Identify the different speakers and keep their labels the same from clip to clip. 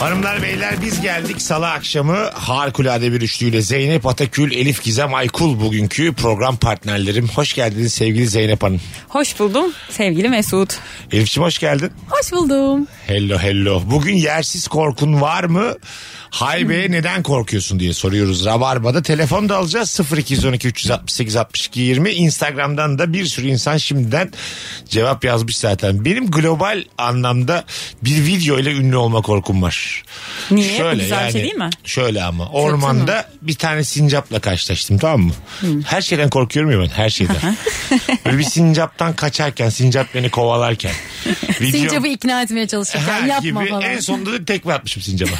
Speaker 1: Hanımlar beyler biz geldik salı akşamı harikulade bir üçlüyle Zeynep Atakül, Elif Gizem Aykul bugünkü program partnerlerim. Hoş geldiniz sevgili Zeynep Hanım.
Speaker 2: Hoş buldum sevgili Mesut.
Speaker 1: Elif'ciğim hoş geldin.
Speaker 2: Hoş buldum.
Speaker 1: Hello hello. Bugün yersiz korkun var mı? Haybe
Speaker 2: Hmm.
Speaker 1: neden korkuyorsun diye soruyoruz. Rabarba'da telefon da alacağız. 0212 368 62 20. Instagram'dan da bir sürü insan şimdiden cevap yazmış zaten. Benim global anlamda bir video ile ünlü olma korkum var.
Speaker 2: Niye? Güzel bir şey değil mi?
Speaker 1: Şöyle ama ormanda bir tane sincapla karşılaştım tamam mı?
Speaker 2: Hmm.
Speaker 1: Her şeyden korkuyorum ya ben her şeyden. Böyle bir sincaptan kaçarken sincap beni kovalarken. Video...
Speaker 3: Sincap'ı ikna etmeye çalışırken
Speaker 1: Ha,
Speaker 3: yapma
Speaker 1: gibi.
Speaker 3: falan.
Speaker 1: En sonunda da tekme atmışım sincaba.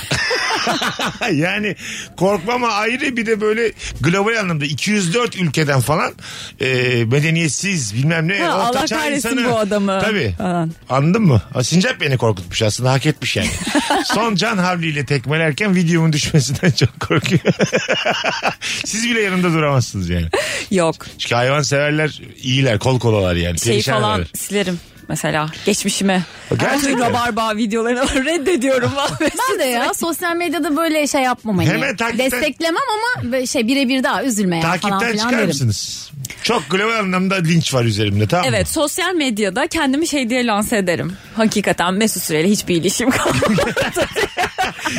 Speaker 1: yani korkmama ayrı bir de böyle global anlamda 204 ülkeden falan e, medeniyetsiz bilmem ne
Speaker 2: Ha, Allah
Speaker 1: ortaçağ
Speaker 2: kahretsin
Speaker 1: insanı.
Speaker 2: bu adamı.
Speaker 1: Tabii.
Speaker 2: Falan.
Speaker 1: Anladın mı? Ha, Sincap beni korkutmuş aslında hak etmiş yani. Son can havliyle tekmelerken videomun düşmesinden çok korkuyor. Siz bile yanında duramazsınız yani.
Speaker 2: Yok
Speaker 1: Çünkü hayvan severler iyiler kol kolalar yani.
Speaker 2: şey
Speaker 1: perişan
Speaker 2: falan
Speaker 1: ederler.
Speaker 2: silerim mesela geçmişime.
Speaker 1: Gerçekten.
Speaker 2: Gerçekten. Rabarba videolarını reddediyorum. lan Mesut.
Speaker 3: Ben de ya sosyal medyada böyle şey yapmamayı.
Speaker 1: Hemen takipten-
Speaker 3: Desteklemem ama böyle şey birebir daha üzülme ya falan
Speaker 1: Takipten
Speaker 3: filan
Speaker 1: çıkar
Speaker 3: derim.
Speaker 1: mısınız? Çok global anlamda linç var üzerimde tamam mı?
Speaker 2: Evet sosyal medyada kendimi şey diye lanse ederim. Hakikaten Mesut Süreyle hiçbir ilişkim kalmadı.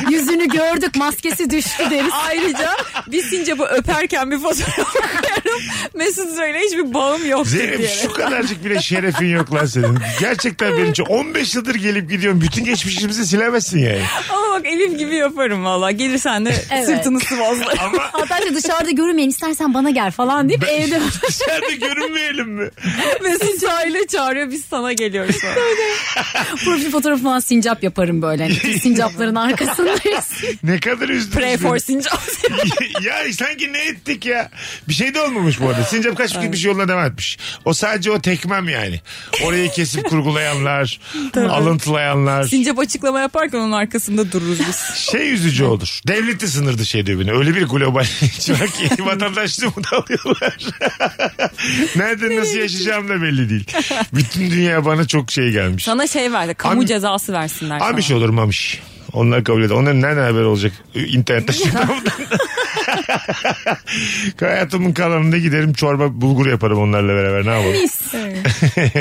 Speaker 3: Yüzünü gördük maskesi düştü deriz.
Speaker 2: Ayrıca bir sincapı öperken bir fotoğraf koyarım. Mesut Süreyle hiçbir bağım yoktur
Speaker 1: Zeynep
Speaker 2: diyerek.
Speaker 1: şu kadarcık bile şerefin yok lan senin. Gerçekten benim için 15 yıldır gelip gidiyorum. Bütün geçmişimizi silemezsin yani.
Speaker 2: Ama bak Elif gibi yaparım valla. Gelirsen de
Speaker 3: Evet.
Speaker 2: sırtını sıvazlarım.
Speaker 1: Ama
Speaker 3: Hatta işte dışarıda görünmeyin istersen bana gel falan deyip evde
Speaker 1: dışarıda görünmeyelim mi?
Speaker 2: Mesut Süreyle çağırıyor biz sana geliyoruz. sonra.
Speaker 3: profil fotoğrafı falan sincap yaparım böyle. Hani bütün sincapların arkasındayız.
Speaker 1: Ne kadar üzdünüz
Speaker 2: Pray for
Speaker 1: beni.
Speaker 2: sincap.
Speaker 1: ya sanki ne ettik ya? Bir şey de olmamış bu arada. Sincap kaç bir şey yoluna devam etmiş. O sadece o tekmem yani. Orayı kesip kurgulayanlar, alıntılayanlar.
Speaker 2: Sincap açıklama yaparken onun arkasında dururuz biz.
Speaker 1: şey üzücü olur. Devlet de sınır dışı ediyor beni. Öyle bir global var ki vatandaşlığımı da alıyorlar. Nerede nasıl yaşayacağım da belli değil. Bütün dünya bana çok şey gelmiş.
Speaker 2: Sana şey verdi. Kamu
Speaker 1: Abi- şey-
Speaker 2: cezası versinler sana.
Speaker 1: Amiş olur mamiş. Onlar kabul eder. Onların nereden haber olacak? İnternette şuradan. Hayatımın kalanında giderim çorba bulgur yaparım onlarla beraber. Ne yapalım?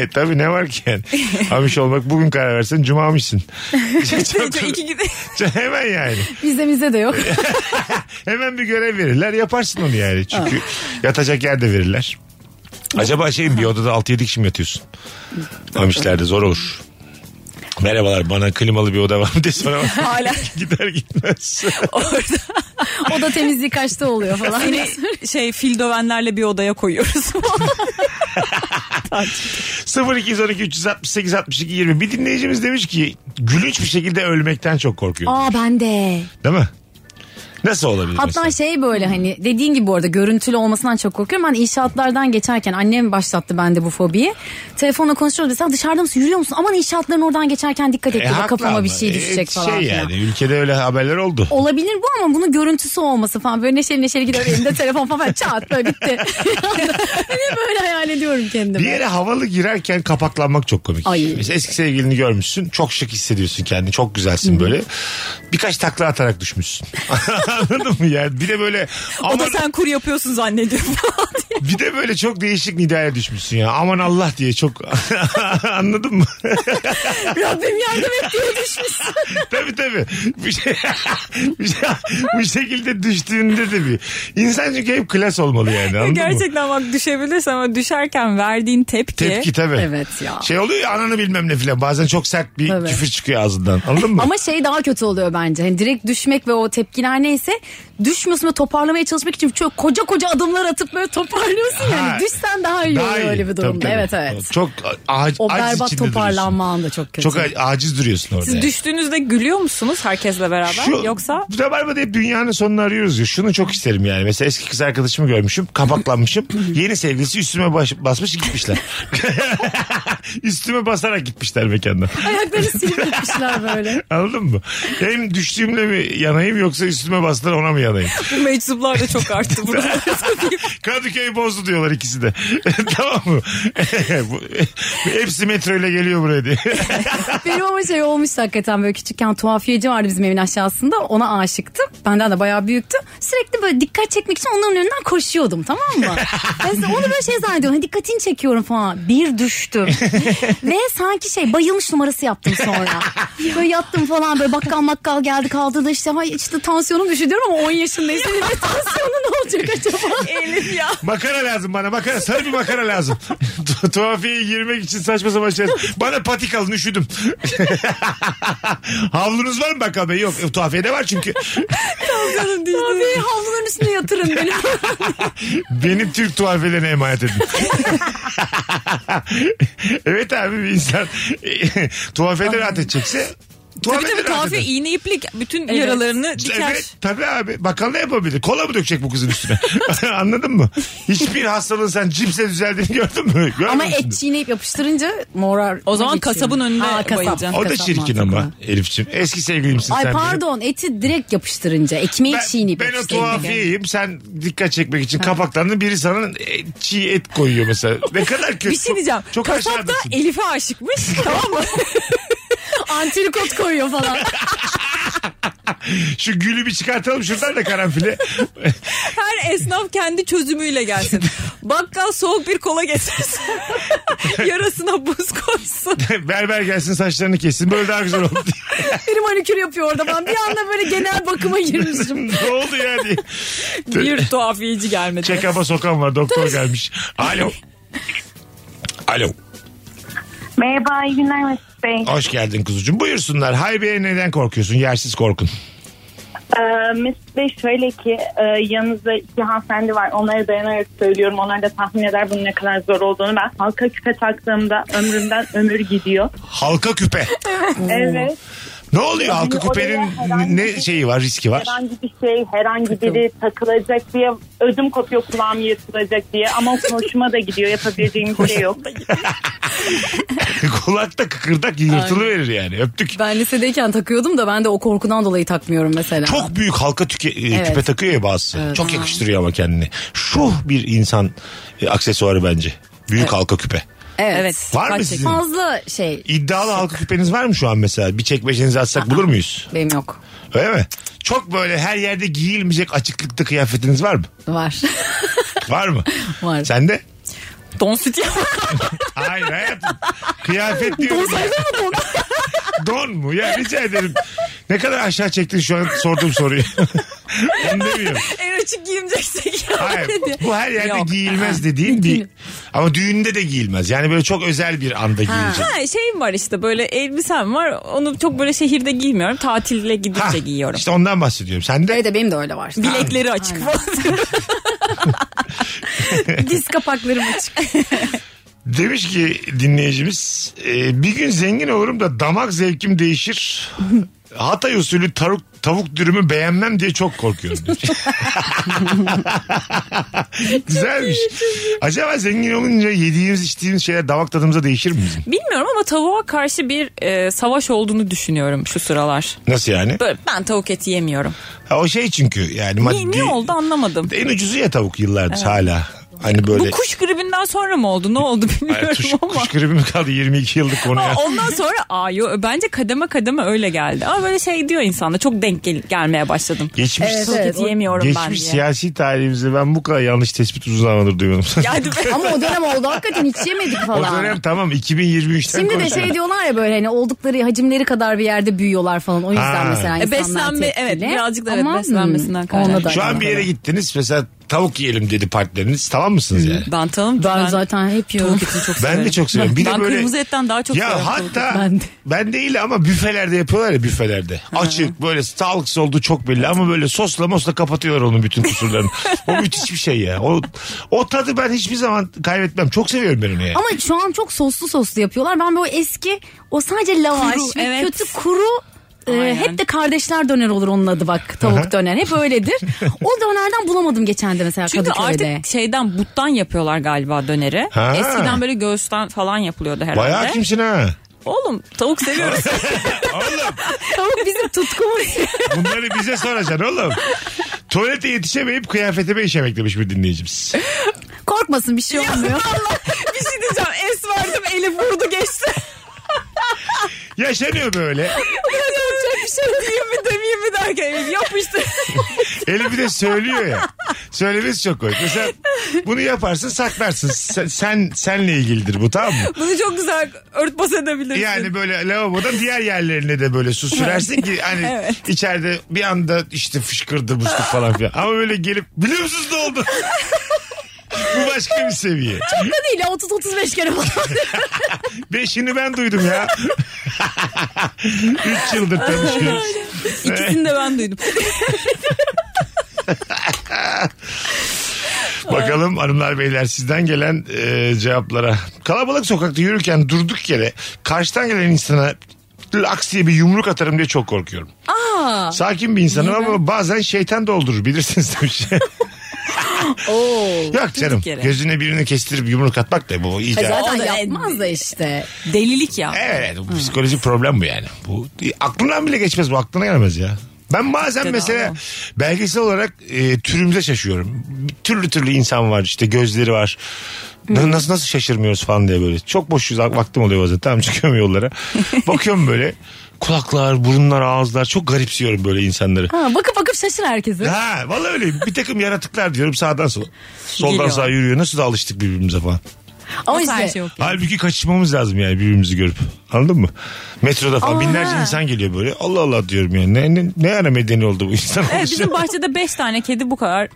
Speaker 1: Tabii ne var ki yani. Amiş olmak bugün karar versen cuma amişsin. Çok-
Speaker 2: İki gide-
Speaker 1: Hemen yani.
Speaker 3: Bizde bizde de yok.
Speaker 1: Hemen bir görev verirler yaparsın onu yani. Çünkü yatacak yer de verirler. Acaba şey bir odada 6-7 kişi mi yatıyorsun? Amişlerde zor olur. Merhabalar bana klimalı bir oda var mı diye soramazsın.
Speaker 2: Hala
Speaker 1: Gider gitmez.
Speaker 2: orada
Speaker 3: O da temizliği kaçta oluyor falan.
Speaker 2: seni şey fil dövenlerle bir odaya koyuyoruz.
Speaker 1: 0212 368 62 20 bir dinleyicimiz demiş ki gülünç bir şekilde ölmekten çok korkuyor.
Speaker 3: Aa ben de.
Speaker 1: Değil mi? Nasıl olabilir mesela?
Speaker 3: Hatta şey böyle hani dediğin gibi bu arada görüntülü olmasından çok korkuyorum. Ben inşaatlardan geçerken annem başlattı bende bu fobiyi. Telefonla konuşuyoruz mesela dışarıda mısın yürüyor musun? Aman inşaatların oradan geçerken dikkat et.
Speaker 1: E,
Speaker 3: dedi.
Speaker 1: haklı
Speaker 3: Kafama
Speaker 1: ama.
Speaker 3: bir şey
Speaker 1: E,
Speaker 3: düşecek falan.
Speaker 1: Şey
Speaker 3: filan.
Speaker 1: yani ülkede öyle haberler oldu.
Speaker 3: Olabilir bu ama bunun görüntüsü olması falan. Böyle neşeli neşeli gidiyor elinde telefon falan çat böyle bitti. Hani böyle hayal ediyorum
Speaker 1: Bir
Speaker 3: kendimi.
Speaker 1: yere havalı girerken kapaklanmak çok komik.
Speaker 3: Ay.
Speaker 1: Mesela eski sevgilini görmüşsün. Çok şık hissediyorsun kendini. Çok güzelsin böyle. Birkaç takla atarak düşmüşsün. Anladın mı yani? Bir de böyle
Speaker 2: o da
Speaker 1: aman,
Speaker 2: sen kur yapıyorsun zannediyor falan diye.
Speaker 1: bir de böyle çok değişik nidaya düşmüşsün ya. Aman Allah diye çok anladın mı?
Speaker 2: Rabbim yardım et diye düşmüşsün.
Speaker 1: tabii tabii. Bir, şey, bir, şey- bu şekilde düştüğünde de bir. İnsan çünkü hep klas olmalı yani. Anladın mı?
Speaker 2: Gerçekten bak düşebilirsin ama düşerken verdiğin tepki.
Speaker 1: Tepki tabii.
Speaker 3: Evet ya.
Speaker 1: Şey oluyor ya ananı bilmem ne filan. Bazen çok sert bir
Speaker 3: Tabii.
Speaker 1: küfür çıkıyor ağzından. Anladın mı?
Speaker 3: Ama şey daha kötü oluyor bence. Hani direkt düşmek ve o tepkiler neyse düşmüyorsun ve toparlamaya çalışmak için çok koca koca adımlar atıp böyle söylüyorsun
Speaker 1: Ha.
Speaker 3: yani düşsen daha iyi
Speaker 1: Daha
Speaker 3: oluyor
Speaker 1: iyi.
Speaker 3: öyle bir durumda.
Speaker 1: Tabii, tabii.
Speaker 3: Evet evet.
Speaker 1: Çok aciz,
Speaker 3: O
Speaker 1: aciz
Speaker 3: berbat
Speaker 1: içinde
Speaker 3: toparlanma
Speaker 1: duruyorsun.
Speaker 3: anında çok kötü.
Speaker 1: Çok a- aciz duruyorsun orada.
Speaker 4: Siz
Speaker 1: yani.
Speaker 4: düştüğünüzde gülüyor musunuz herkesle beraber?
Speaker 1: Şu-
Speaker 4: Yoksa
Speaker 1: Rabarba'da hep dünyanın sonunu arıyoruz ya. Şunu çok isterim yani. Mesela eski kız arkadaşımı görmüşüm. Kapaklanmışım. Yeni sevgilisi üstüme baş- basmış gitmişler. üstüme basarak gitmişler mekandan.
Speaker 3: Ayakları silip gitmişler böyle.
Speaker 1: Anladın mı? Hem düştüğümle mi yanayım yoksa üstüme bastılar ona mı yanayım?
Speaker 4: bu meczuplar da çok arttı burada.
Speaker 1: Kadıköy bozdu diyorlar ikisi de. tamam mı? Bu- Hepsi metro ile geliyor buraya diye.
Speaker 3: Benim ama şey olmuş hakikaten böyle küçükken tuhafiyeci vardı bizim evin aşağısında. Ona aşıktım. Benden de bayağı büyüktü. Sürekli böyle dikkat çekmek için onların önünden koşuyordum tamam mı? Mesela onu böyle şey zannediyorum. Hani dikkatini çekiyorum falan. Bir düştüm. Ve sanki şey bayılmış numarası yaptım sonra. Böyle yattım falan böyle bakkal makkal geldi kaldı da işte hay işte tansiyonum düşüyor diyorum ama 10 yaşındayız. Senin de tansiyonun ne olacak acaba?
Speaker 4: Elif ya.
Speaker 1: Makara lazım bana makara. Sarı bir makara lazım. Tu- Tuhafiyeye girmek için saçma sapan şeyler. Bana patik alın üşüdüm. Havlunuz var mı bakkal bey? Yok. E, Tuhafiyede var çünkü.
Speaker 3: Abi havluların üstüne yatırın beni.
Speaker 1: Beni Türk tuhafiyelerine emanet edin. evet abi bir insan tuhafiyede rahat edecekse
Speaker 4: Tabii
Speaker 1: tuhafiyede
Speaker 4: tabii
Speaker 1: rahat
Speaker 4: kahve
Speaker 1: eder.
Speaker 4: iğne iplik bütün
Speaker 3: Evet.
Speaker 4: yaralarını diker.
Speaker 1: Evet, tabii abi. Bakkal ne yapabilir? Kola mı dökecek bu kızın üstüne? Anladın mı? Hiçbir hastalığın sen cipsle düzeldiğini gördün mü? Görmemişsindir.
Speaker 3: Ama et çiğneyip yapıştırınca morar.
Speaker 4: O zaman
Speaker 3: geçiyor.
Speaker 4: kasabın önüne bayılacaksın.
Speaker 1: O da
Speaker 3: Kasap
Speaker 1: çirkin
Speaker 3: mantıklı.
Speaker 1: ama Elif'ciğim. Eski sevgilimsin
Speaker 3: Ay
Speaker 1: sen. benim.
Speaker 3: pardon eti direkt yapıştırınca ekmeği
Speaker 1: Ben,
Speaker 3: çiğneyip
Speaker 1: ben o
Speaker 3: yapıştırınca.
Speaker 1: tuhafiyeyim. Sen dikkat çekmek için kapaklandın. Biri sana e, çiğ et koyuyor mesela. Ne kadar kötü.
Speaker 4: Bir şey diyeceğim.
Speaker 1: Çok
Speaker 4: Kasap da e-
Speaker 1: aşağıdasın.
Speaker 4: Elif'e aşıkmış tamam mı?
Speaker 3: Antrikot koyuyor falan.
Speaker 1: Şu gülü bir çıkartalım şuradan da karanfili.
Speaker 4: Her esnaf kendi çözümüyle gelsin. Bakkal soğuk bir kola getirsin. Yarasına buz koysun.
Speaker 1: Berber gelsin saçlarını kessin. Böyle daha güzel oldu.
Speaker 3: Biri manikür yapıyor orada. Ben bir anda böyle genel bakıma girmişim.
Speaker 1: ne oldu ya diye.
Speaker 4: Bir tuhafiyeci gelmedi.
Speaker 1: Check-up'a sokan var. Doktor gelmiş. Alo. Alo.
Speaker 5: Merhaba, iyi günler Mesut Bey.
Speaker 1: Hoş geldin kuzucuğum. Buyursunlar. Haybe'ye neden korkuyorsun? Yersiz korkun.
Speaker 5: Ee, Mesut Bey şöyle ki e, yanınızda iki hanımefendi var. Onlara dayanarak söylüyorum. Onlar da tahmin eder bunun ne kadar zor olduğunu. Ben halka küpe taktığımda ömrümden ömür gidiyor.
Speaker 1: Halka küpe.
Speaker 5: Evet.
Speaker 1: Ne oluyor halka
Speaker 5: Yani oraya
Speaker 1: küpenin
Speaker 5: herhangi bir- şey-
Speaker 1: ne şeyi var, riski var?
Speaker 5: Herhangi bir şey, herhangi biri takılacak diye ödüm kopuyor kulağım yırtılacak diye. Ama hoşuma da gidiyor. Yapabileceğim bir şey yok.
Speaker 1: Kulakta kıkırdak yırtılıverir yani. Öptük.
Speaker 3: Ben lisedeyken takıyordum da ben de o korkudan dolayı takmıyorum mesela.
Speaker 1: Çok büyük halka tüke, e,
Speaker 3: Evet.
Speaker 1: küpe takıyor ya bazısı.
Speaker 3: Evet.
Speaker 1: Çok yakıştırıyor ama kendini. Şu bir insan e, aksesuarı bence. Büyük halka küpe.
Speaker 3: Evet.
Speaker 4: Evet.
Speaker 1: Var mı
Speaker 4: Kaç
Speaker 1: sizin?
Speaker 3: Fazla şey
Speaker 1: İddialı halka küpeniz var mı şu an mesela? Bir çekmecenizi atsak bulur muyuz?
Speaker 3: benim yok.
Speaker 1: Öyle mi? Çok böyle her yerde giyilmeyecek açıklıkta kıyafetiniz var mı?
Speaker 3: Var.
Speaker 1: Var mı?
Speaker 3: Var.
Speaker 1: Sende?
Speaker 4: Don sütü.
Speaker 1: Hayır hayatım. Kıyafet diyorum. Don Don mu? Ya rica ederim. Ne kadar aşağı çektin şu an sorduğum soruyu. Onu demiyorum.
Speaker 4: en açık giyineceksek ya.
Speaker 1: Hayır. Bu her yerde
Speaker 4: Yok.
Speaker 1: giyilmez dediğim bir... Ama düğünde de giyilmez. Yani böyle çok özel bir anda giyilecek.
Speaker 4: Ha şeyim var işte böyle elbisem var. Onu çok böyle şehirde giymiyorum. Tatile gidince
Speaker 1: Ha,
Speaker 4: giyiyorum.
Speaker 1: İşte ondan bahsediyorum. Sen de
Speaker 3: Evet Şey de benim de öyle var.
Speaker 4: Bilekleri açık falan.
Speaker 3: Diz kapaklarım açık.
Speaker 1: demiş ki dinleyicimiz e, bir gün zengin olurum da damak zevkim değişir. Hatay usulü tavuk, tavuk dürümü beğenmem diye çok korkuyorum. demiş. Güzelmiş. Acaba zengin olunca yediğimiz içtiğimiz şeyler damak tadımıza değişir mi bizim?
Speaker 4: Bilmiyorum ama tavuğa karşı bir e, savaş olduğunu düşünüyorum şu sıralar.
Speaker 1: Nasıl yani?
Speaker 4: Böyle ben tavuk eti yemiyorum.
Speaker 1: Ha, o şey çünkü yani
Speaker 4: Niye, niye oldu anlamadım.
Speaker 1: En ucuzu ya tavuk yıllardır hala. Hani
Speaker 4: Bu
Speaker 1: böyle
Speaker 4: kuş gribinden sonra mı oldu ne oldu
Speaker 1: Ay,
Speaker 4: bilmiyorum
Speaker 1: tuş-
Speaker 4: ama.
Speaker 1: kuş gribi mi kaldı 22 yıllık konu ya.
Speaker 4: Ha, Ondan sonra aa yo, bence kademe kademe öyle geldi. Ama böyle şey diyor insanda çok denk gel- gelmeye başladım.
Speaker 1: Geçmiş
Speaker 3: Evet,
Speaker 4: Tavuk eti yemiyorum ben diye.
Speaker 1: Geçmiş siyasi tarihimizde ben bu kadar yanlış tespit uzun zamandır duymadım.
Speaker 4: Ya, hadi be.
Speaker 3: Ama o dönem oldu hakikaten hiç yemedik
Speaker 1: o
Speaker 3: falan.
Speaker 1: dönem tamam 2023'ten
Speaker 3: Şimdi de
Speaker 1: konuşuyoruz.
Speaker 3: şey diyorlar ya böyle hani oldukları hacimleri kadar bir yerde büyüyorlar falan. O yüzden
Speaker 1: Ha.
Speaker 3: mesela
Speaker 4: E,
Speaker 3: insanlar
Speaker 4: beslenme-
Speaker 3: tepkili.
Speaker 4: evet, birazcık da evet,
Speaker 3: Ama,
Speaker 4: beslenmesinden
Speaker 3: hmm,
Speaker 4: kaynaklı.
Speaker 3: onunla da
Speaker 1: Şu an
Speaker 3: alakalı.
Speaker 1: bir yere gittiniz mesela tavuk yiyelim dedi partneriniz. Tamam mısınız yani?
Speaker 4: Ben tamam.
Speaker 3: Ben zaten hep yiyorum.
Speaker 4: tavuk etini çok
Speaker 1: Ben
Speaker 4: severim.
Speaker 1: de çok severim. Bir de
Speaker 4: ben
Speaker 1: böyle-
Speaker 4: kırmızı etten daha çok severim.
Speaker 1: Ya
Speaker 4: tavuk etini.
Speaker 1: hatta ben,
Speaker 3: Ben de.
Speaker 1: değil ama büfelerde yapıyorlar ya büfelerde. Açık böyle sağlıksız olduğu çok belli ama böyle sosla mosla kapatıyorlar onun bütün kusurlarını. o müthiş bir şey ya. O, o tadı ben hiçbir zaman kaybetmem. Çok seviyorum ben onu yani.
Speaker 3: Ama şu an çok soslu soslu yapıyorlar. Ben böyle eski o sadece lavaş
Speaker 4: Kuru,
Speaker 3: ve
Speaker 4: evet.
Speaker 3: kötü kuru e,
Speaker 4: Aynen.
Speaker 3: hep de kardeşler döner olur onun adı bak tavuk döner hep öyledir. o dönerden bulamadım geçen de mesela
Speaker 4: Çünkü
Speaker 3: Kadıköy'de.
Speaker 4: artık şeyden buttan yapıyorlar galiba döneri.
Speaker 1: Ha.
Speaker 4: Eskiden böyle göğüsten falan yapılıyordu herhalde.
Speaker 1: Bayağı kimsin ha?
Speaker 4: Oğlum tavuk seviyoruz.
Speaker 1: Oğlum
Speaker 3: Tavuk bizim tutkumuz.
Speaker 1: bunları bize soracaksın oğlum. Tuvalete yetişemeyip kıyafetime işemek demiş bir dinleyicimiz.
Speaker 3: Korkmasın bir şey olmuyor.
Speaker 4: bir şey diyeceğim. Es verdim eli vurdu geçti.
Speaker 1: Yaşanıyor böyle.
Speaker 4: bir şey diyeyim mi demeyeyim mi derken elim yapıştı.
Speaker 1: Eli bir de söylüyor ya. Söylemesi çok komik. Mesela bunu yaparsın saklarsın. Sen, sen senle ilgilidir bu tamam mı?
Speaker 4: Bunu çok güzel örtbas edebilirsin.
Speaker 1: Yani böyle lavabodan diğer yerlerine de böyle su sürersin ki hani içeride bir anda işte fışkırdı musluk falan filan. Ama böyle gelip biliyor musunuz ne oldu? Bu başka bir seviye.
Speaker 3: değil 30-35 kere falan.
Speaker 1: Beşini ben duydum ya. Üç yıldır tanışıyoruz.
Speaker 4: İkisini de ben duydum.
Speaker 1: Bakalım hanımlar beyler sizden gelen e, cevaplara. Kalabalık sokakta yürürken durduk yere karşıdan gelen insana aksiye bir yumruk atarım diye çok korkuyorum. Aa, Sakin bir insanım ama bazen şeytan doldurur bilirsiniz demiş. Yok canım
Speaker 4: yere.
Speaker 1: gözüne birini kestirip yumruk atmak da bu iyice.
Speaker 3: Zaten
Speaker 4: O da-
Speaker 3: yapmaz da işte.
Speaker 4: Delilik ya.
Speaker 1: Evet bu psikolojik problem bu yani. Bu aklından bile geçmez bu aklına gelmez ya. Ben bazen
Speaker 4: Hakikaten
Speaker 1: mesela
Speaker 4: ama.
Speaker 1: belgesel olarak e, türümüze şaşıyorum. Bir Türlü türlü insan var işte gözleri var. Na- Nasıl nasıl şaşırmıyoruz falan diye böyle. Çok boş vaktim oluyor bazen. Tamam çıkıyorum yollara. Bakıyorum böyle kulaklar, burunlar, ağızlar çok garipsiyorum böyle insanları.
Speaker 3: Ha, bakıp bakıp şaşır herkesi.
Speaker 1: Ha vallahi öyle bir takım yaratıklar diyorum sağdan sola. Soldan
Speaker 4: Geliyor.
Speaker 1: sağa yürüyor. Nasıl da alıştık birbirimize falan.
Speaker 3: Ama
Speaker 4: Nasıl her
Speaker 3: işte
Speaker 4: şey yok ya?
Speaker 1: Halbuki kaçışmamız lazım yani birbirimizi görüp. Anladın mı? Metroda falan binlerce insan geliyor böyle. Allah Allah diyorum yani. Ne, ne, ne ara medeni oldu bu insan?
Speaker 4: Evet bizim
Speaker 1: oluşu?
Speaker 4: bahçede 5 tane kedi bu kadar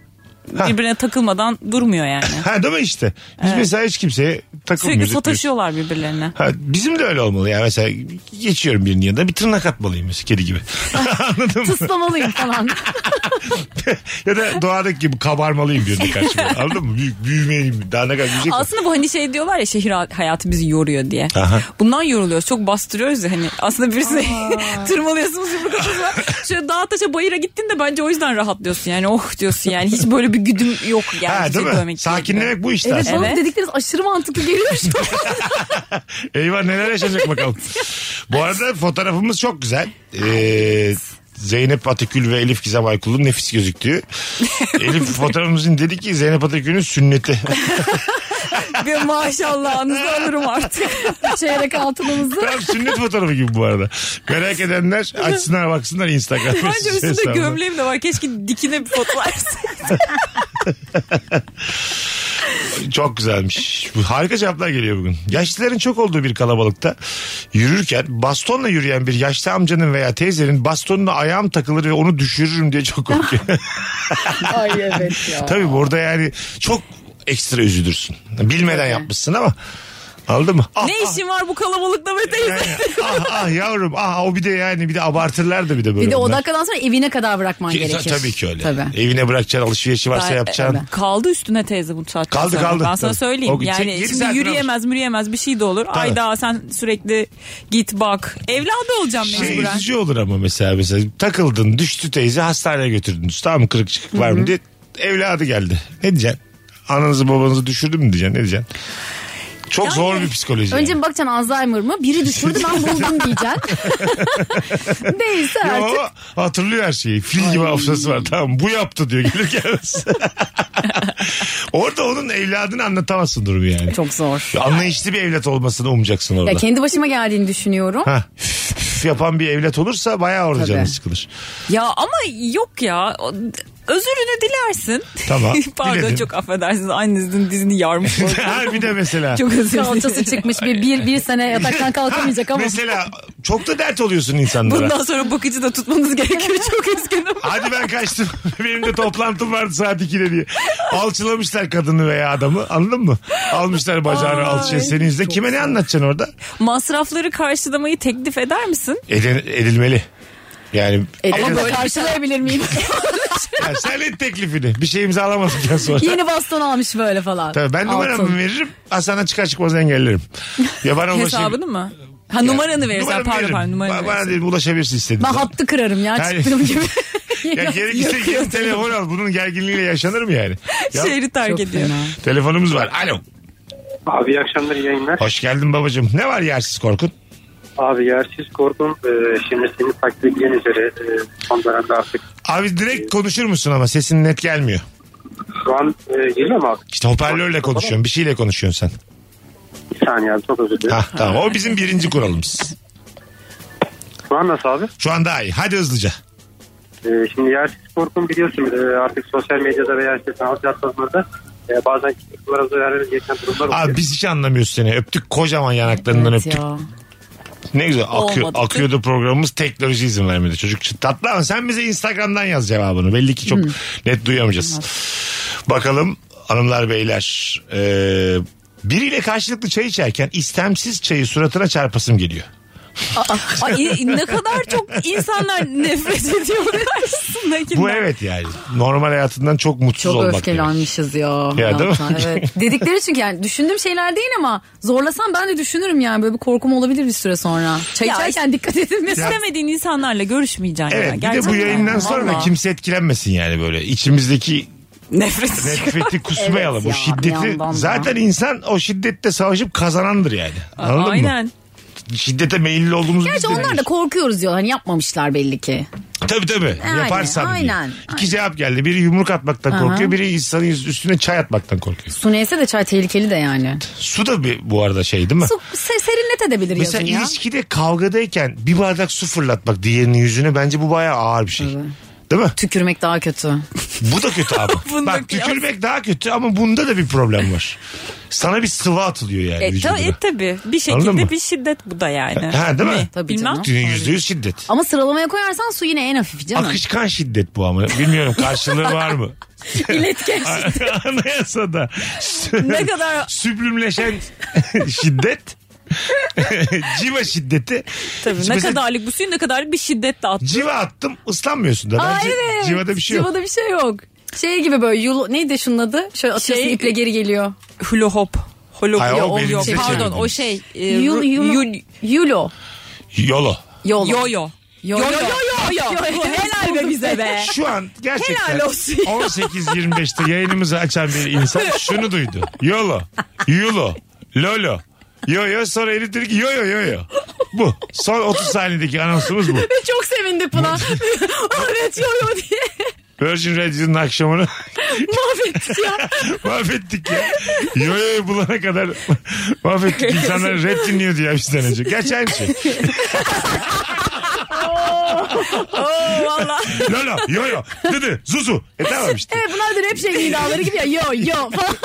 Speaker 4: birbirine takılmadan durmuyor yani.
Speaker 1: Ha değil mi işte? Biz mesela hiç kimseye
Speaker 4: Sürekli
Speaker 1: takılmıyoruz. etmiyoruz.
Speaker 4: sataşıyorlar birbirlerine.
Speaker 1: Ha, bizim de öyle olmalı yani mesela geçiyorum birinin yanında bir tırnak atmalıyım mesela kedi gibi. Anladın mı?
Speaker 3: tıslamalıyım falan.
Speaker 1: ya da doğadaki gibi kabarmalıyım birine karşıma. Anladın mı? Büyük, büyümeyeyim daha ne kadar büyüyecek mi?
Speaker 4: Aslında bu hani şey diyorlar ya şehir hayatı bizi yoruyor diye.
Speaker 1: Aha.
Speaker 4: Bundan yoruluyoruz. Çok bastırıyoruz ya hani. Aslında birisine tırmalıyorsunuz yumruk atıyorsunuz var. Şöyle dağ taşa bayıra gittin de bence o yüzden rahatlıyorsun. Yani oh diyorsun yani. Hiç böyle bir güdüm yok yani.
Speaker 1: Ha
Speaker 4: bizi
Speaker 1: değil mi?
Speaker 4: dövmek gibi.
Speaker 1: Sakinlemek bu işte
Speaker 3: Evet,
Speaker 1: aslında.
Speaker 3: bana
Speaker 4: Evet.
Speaker 3: dedikleriniz aşırı mantıklı geliyor şu an.
Speaker 1: Eyvah neler yaşayacak bakalım. Bu arada fotoğrafımız çok güzel. Ee, Zeynep Atakül ve Elif Gizem Aykul'un nefis gözüktüğü. Elif fotoğrafımızın dedi ki Zeynep Atakül'ün sünneti.
Speaker 4: Bir maşallahınızı alırım artık.
Speaker 3: Çeyrek altınımızı.
Speaker 1: Tam sünnet fotoğrafı gibi bu arada. Merak edenler açsınlar baksınlar Instagram.
Speaker 4: Bence
Speaker 1: mesut
Speaker 4: üstünde
Speaker 1: hesabına.
Speaker 4: gömleğim de var. Keşke dikine bir foto versin.
Speaker 1: Çok güzelmiş. Bu Harika cevaplar geliyor bugün. Yaşlıların çok olduğu bir kalabalıkta yürürken bastonla yürüyen bir yaşlı amcanın veya teyzenin bastonuna ayağım takılır ve onu düşürürüm diye çok korkuyorum.
Speaker 3: Ay evet ya.
Speaker 1: Tabii burada yani çok ekstra üzülürsün. Bilmeden yapmışsın ama aldın mı? Ah,
Speaker 4: ne işin var bu kalabalıkta be
Speaker 1: ah,
Speaker 4: teyze?
Speaker 1: ah, ah yavrum ah o bir de yani bir de abartırlar da bir de böyle.
Speaker 3: Bir de o
Speaker 1: onlar.
Speaker 3: dakikadan sonra evine kadar bırakman
Speaker 1: Ki-
Speaker 3: gerekir.
Speaker 1: Tabii ki öyle.
Speaker 3: Tabii.
Speaker 1: Evine bırakacaksın alışverişi varsa
Speaker 4: Ben-
Speaker 1: yapacaksın.
Speaker 4: Kaldı üstüne teyze bu saatten
Speaker 1: Kaldı,
Speaker 4: sonra.
Speaker 1: kaldı.
Speaker 4: Ben sana
Speaker 1: Tabii.
Speaker 4: söyleyeyim.
Speaker 1: O gidecek, yedi
Speaker 4: yani
Speaker 1: saat
Speaker 4: şimdi yürüyemez mürüyemez bir şey de olur.
Speaker 1: Tabii.
Speaker 4: Ay daha sen sürekli git bak. Evladı olacağım
Speaker 1: Şey
Speaker 4: mecburen.
Speaker 1: üzücü olur ama mesela mesela takıldın düştü teyze hastaneye götürdünüz tamam mı kırık çıkık var mı diye evladı geldi. Ne diyeceksin? Ananızı babanızı düşürdüm mü diyeceksin ne diyeceksin? Çok
Speaker 4: Yani-
Speaker 1: zor bir psikoloji.
Speaker 3: Önce
Speaker 1: yani.
Speaker 3: bir bakacaksın Alzheimer mı? Biri düşürdü ben buldum diyeceksin. Değilse
Speaker 1: Ya
Speaker 3: artık.
Speaker 1: baba hatırlıyor her şeyi. Fil gibi hafızası var. Tamam bu yaptı diyor gelir gelmez. orada onun evladını anlatamazsın durumu yani.
Speaker 3: Çok zor.
Speaker 1: Anlayışlı bir evlat olmasını umacaksın orada.
Speaker 3: Ya kendi başıma geldiğini düşünüyorum.
Speaker 1: Ha, üf, üf yapan bir evlat olursa bayağı orada
Speaker 3: Tabii.
Speaker 1: canı sıkılır.
Speaker 4: Ya ama yok ya. O- Özürünü dilersin.
Speaker 1: Tamam,
Speaker 4: Pardon
Speaker 1: diledim.
Speaker 4: çok affedersiniz. Annenizin dizini yarmış oldum.
Speaker 1: ha, bir de mesela.
Speaker 4: çok özür dilerim.
Speaker 3: Kalçası çıkmış bir, bir, bir sene yataktan kalkamayacak ama.
Speaker 1: Mesela Çok da dert oluyorsun insanlara.
Speaker 4: Bundan sonra bakıcı da tutmanız gerekiyor. Çok üzgünüm.
Speaker 1: Hadi ben kaçtım. Benim de toplantım vardı saat 2'de diye. Alçılamışlar kadını veya adamı. Anladın mı? Almışlar bacağını alçıya seni izle. Kime ne anlatacaksın orada?
Speaker 4: Masrafları karşılamayı teklif eder misin?
Speaker 1: Edin- edilmeli. Yani
Speaker 3: Ama
Speaker 1: en-
Speaker 3: böyle karşılayabilir miyim?
Speaker 1: Ya sen et teklifini. Bir şey imzalamadıktan sonra.
Speaker 3: Yeni baston almış böyle falan.
Speaker 1: Tabii ben numaramı
Speaker 3: Altın.
Speaker 1: veririm. Asana çıkar çıkmaz engellerim. Ya bana ulaşabilir.
Speaker 4: Hesabını mı? Ha numaranı verirsen
Speaker 1: Numaramı
Speaker 4: pardon
Speaker 1: veririm.
Speaker 4: pardon numaranı
Speaker 1: Ba- Bana
Speaker 4: verirsen.
Speaker 1: değil ulaşabilirsin istediğin
Speaker 3: Ben
Speaker 1: zaman.
Speaker 3: hattı kırarım ya
Speaker 1: Hayır.
Speaker 3: çıktığım gibi.
Speaker 1: Ya gerekirse yeni telefon al. Bunun gerginliğiyle yaşanır mı yani? Ya,
Speaker 4: Şehri terk ediyor.
Speaker 1: Telefonumuz var. Alo.
Speaker 6: Abi iyi akşamlar iyi yayınlar.
Speaker 1: Hoş geldin babacığım. Ne var yersiz korkun?
Speaker 6: Abi yersiz korkum e, şimdi senin takdir edeceğin üzere e, son dönemde artık
Speaker 1: Abi direkt konuşur musun ama sesin net gelmiyor.
Speaker 6: şu an e, geliyor mu abi?
Speaker 1: İşte hoparlörle konuşuyorsun. Bir şeyle konuşuyorsun sen.
Speaker 6: Bir saniye abi çok özür dilerim.
Speaker 1: Hah, tamam. O bizim birinci kuralımız.
Speaker 6: Şu an nasıl abi?
Speaker 1: Şu an daha iyi. Hadi hızlıca.
Speaker 6: E, şimdi yersiz korkum biliyorsun e, artık sosyal medyada veya işte sanal platformlarda e, bazen kişilerin zararını geçen durumlar oluyor.
Speaker 1: Abi biz hiç anlamıyoruz seni. Öptük kocaman yanaklarından
Speaker 3: Evet
Speaker 1: öptük.
Speaker 3: ya.
Speaker 1: Ne güzel akıyor,
Speaker 4: Olmadı.
Speaker 1: akıyordu programımız teknoloji izin vermedi çocuk için. Tatlı ama sen bize Instagram'dan yaz cevabını. Belli ki çok net duyamayacağız. Bakalım hanımlar beyler. Ee, biriyle karşılıklı çay içerken istemsiz çayı suratına çarpasım geliyor.
Speaker 4: Ay, ne kadar çok insanlar nefret ediyor karşısındakinden.
Speaker 1: Bu evet yani. Normal hayatından çok mutsuz
Speaker 3: Çok
Speaker 1: olmak. demek.
Speaker 3: öfkelenmişiz ya.
Speaker 1: Ya değil mi?
Speaker 3: hayata, Evet. Dedikleri çünkü yani düşündüğüm şeyler değil ama zorlasam ben de düşünürüm yani böyle bir korkum olabilir bir süre sonra. Çay
Speaker 4: Ya
Speaker 3: içerken dikkat edilmesi.
Speaker 4: İstemediğin insanlarla görüşmeyeceksin ya.
Speaker 1: Evet bir de bu
Speaker 4: Gerçekten.
Speaker 1: yayından sonra da
Speaker 4: Vallahi.
Speaker 1: kimse etkilenmesin yani böyle. İçimizdeki
Speaker 4: Nefret ediyor.
Speaker 1: nefreti kusmayalım.
Speaker 3: ya,
Speaker 1: o
Speaker 3: bir
Speaker 1: şiddeti
Speaker 3: yandan da.
Speaker 1: zaten insan o şiddette savaşıp kazanandır yani. Anladın mı?
Speaker 4: Aynen.
Speaker 1: şiddete meyilli olduğumuz
Speaker 3: Gerçi onlar da korkuyoruz diyor. Hani yapmamışlar belli ki.
Speaker 1: Tabii tabii.
Speaker 3: Yani,
Speaker 1: Yaparsan diye.
Speaker 3: aynen,
Speaker 1: İki cevap geldi. Biri yumruk atmaktan korkuyor. Biri insanın yüz- üstüne çay atmaktan korkuyor.
Speaker 3: Suneyse de çay tehlikeli de yani.
Speaker 1: Su da bir bu arada şey değil mi?
Speaker 3: Su se- serinlet edebilir
Speaker 1: Mesela
Speaker 3: yazın ya.
Speaker 1: ilişkide kavgadayken bir bardak su fırlatmak diğerinin yüzüne bence bu bayağı ağır bir şey. Değil mi?
Speaker 3: Tükürmek daha kötü.
Speaker 1: Bu da kötü abi.
Speaker 4: Bunu da
Speaker 1: Bak
Speaker 4: kıyas.
Speaker 1: tükürmek daha kötü ama bunda da bir problem var. Sana bir sıvı atılıyor yani
Speaker 4: E, ta-
Speaker 1: vücuduna.
Speaker 4: e, tabii. Bir
Speaker 1: Anladın mı?
Speaker 4: şekilde bir şiddet bu da yani.
Speaker 1: Ha, değil mi?
Speaker 3: Tabii
Speaker 4: Bilmem.
Speaker 3: canım.
Speaker 1: Yüzde yüz şiddet.
Speaker 3: Ama sıralamaya koyarsan su yine en hafif canım.
Speaker 1: Akışkan şiddet bu ama. Bilmiyorum karşılığı var mı?
Speaker 3: İletken
Speaker 1: Anayasada.
Speaker 4: Ne kadar-
Speaker 1: Süblümleşen şiddet. civa şiddeti.
Speaker 4: Tabii. Ne
Speaker 1: Mesela
Speaker 4: kadarlık bu suyun ne kadarlık bir şiddet de attı.
Speaker 1: Civa attım ıslanmıyorsun da.
Speaker 3: Aa,
Speaker 1: Bence
Speaker 3: evet.
Speaker 1: Civada bir şey yok.
Speaker 3: Civada bir şey yok. Şey gibi böyle yul neydi şunun adı? Şöyle atıyorsun
Speaker 4: Şey-
Speaker 3: iple geri geliyor.
Speaker 4: Hula hop. Hula
Speaker 1: Hayır,
Speaker 4: hop.
Speaker 1: o
Speaker 4: Yo-
Speaker 1: benim
Speaker 4: yo-
Speaker 1: bize
Speaker 4: Pardon
Speaker 1: çevirdiğimiz.
Speaker 4: o şey. E,
Speaker 3: Yul,
Speaker 4: ru-
Speaker 3: yul,
Speaker 4: yul-
Speaker 3: yulo.
Speaker 1: Yolo.
Speaker 3: Yolo.
Speaker 4: Yo yo. Yo yo yo yo.
Speaker 3: Yo, yo.
Speaker 4: Helal be bize be.
Speaker 1: Şu an gerçekten
Speaker 4: Helal olsun ya.
Speaker 1: 18-25'te yayınımızı açan bir insan şunu duydu. Yolo. Yulo. Lolo. Yo yo sonra eli dedi ki yo yo yo yo. Bu. Son 30 saniyedeki anonsumuz bu.
Speaker 3: Çok sevindik buna. Oh, evet yo yo diye
Speaker 1: Virgin Radio'nun akşamını
Speaker 3: mahvettik ya.
Speaker 1: Mahvettik ya. Yoyoyu bulana kadar mahvettik. İnsanlar rap dinliyordu ya bir sene önce. Gerçi aynı şey.
Speaker 4: Oo valla.
Speaker 1: Lolo, yoyo, dıdı, zuzu. E tamam işte.
Speaker 3: Evet bunlar da rap şey iddiaları gibi ya yo yo falan.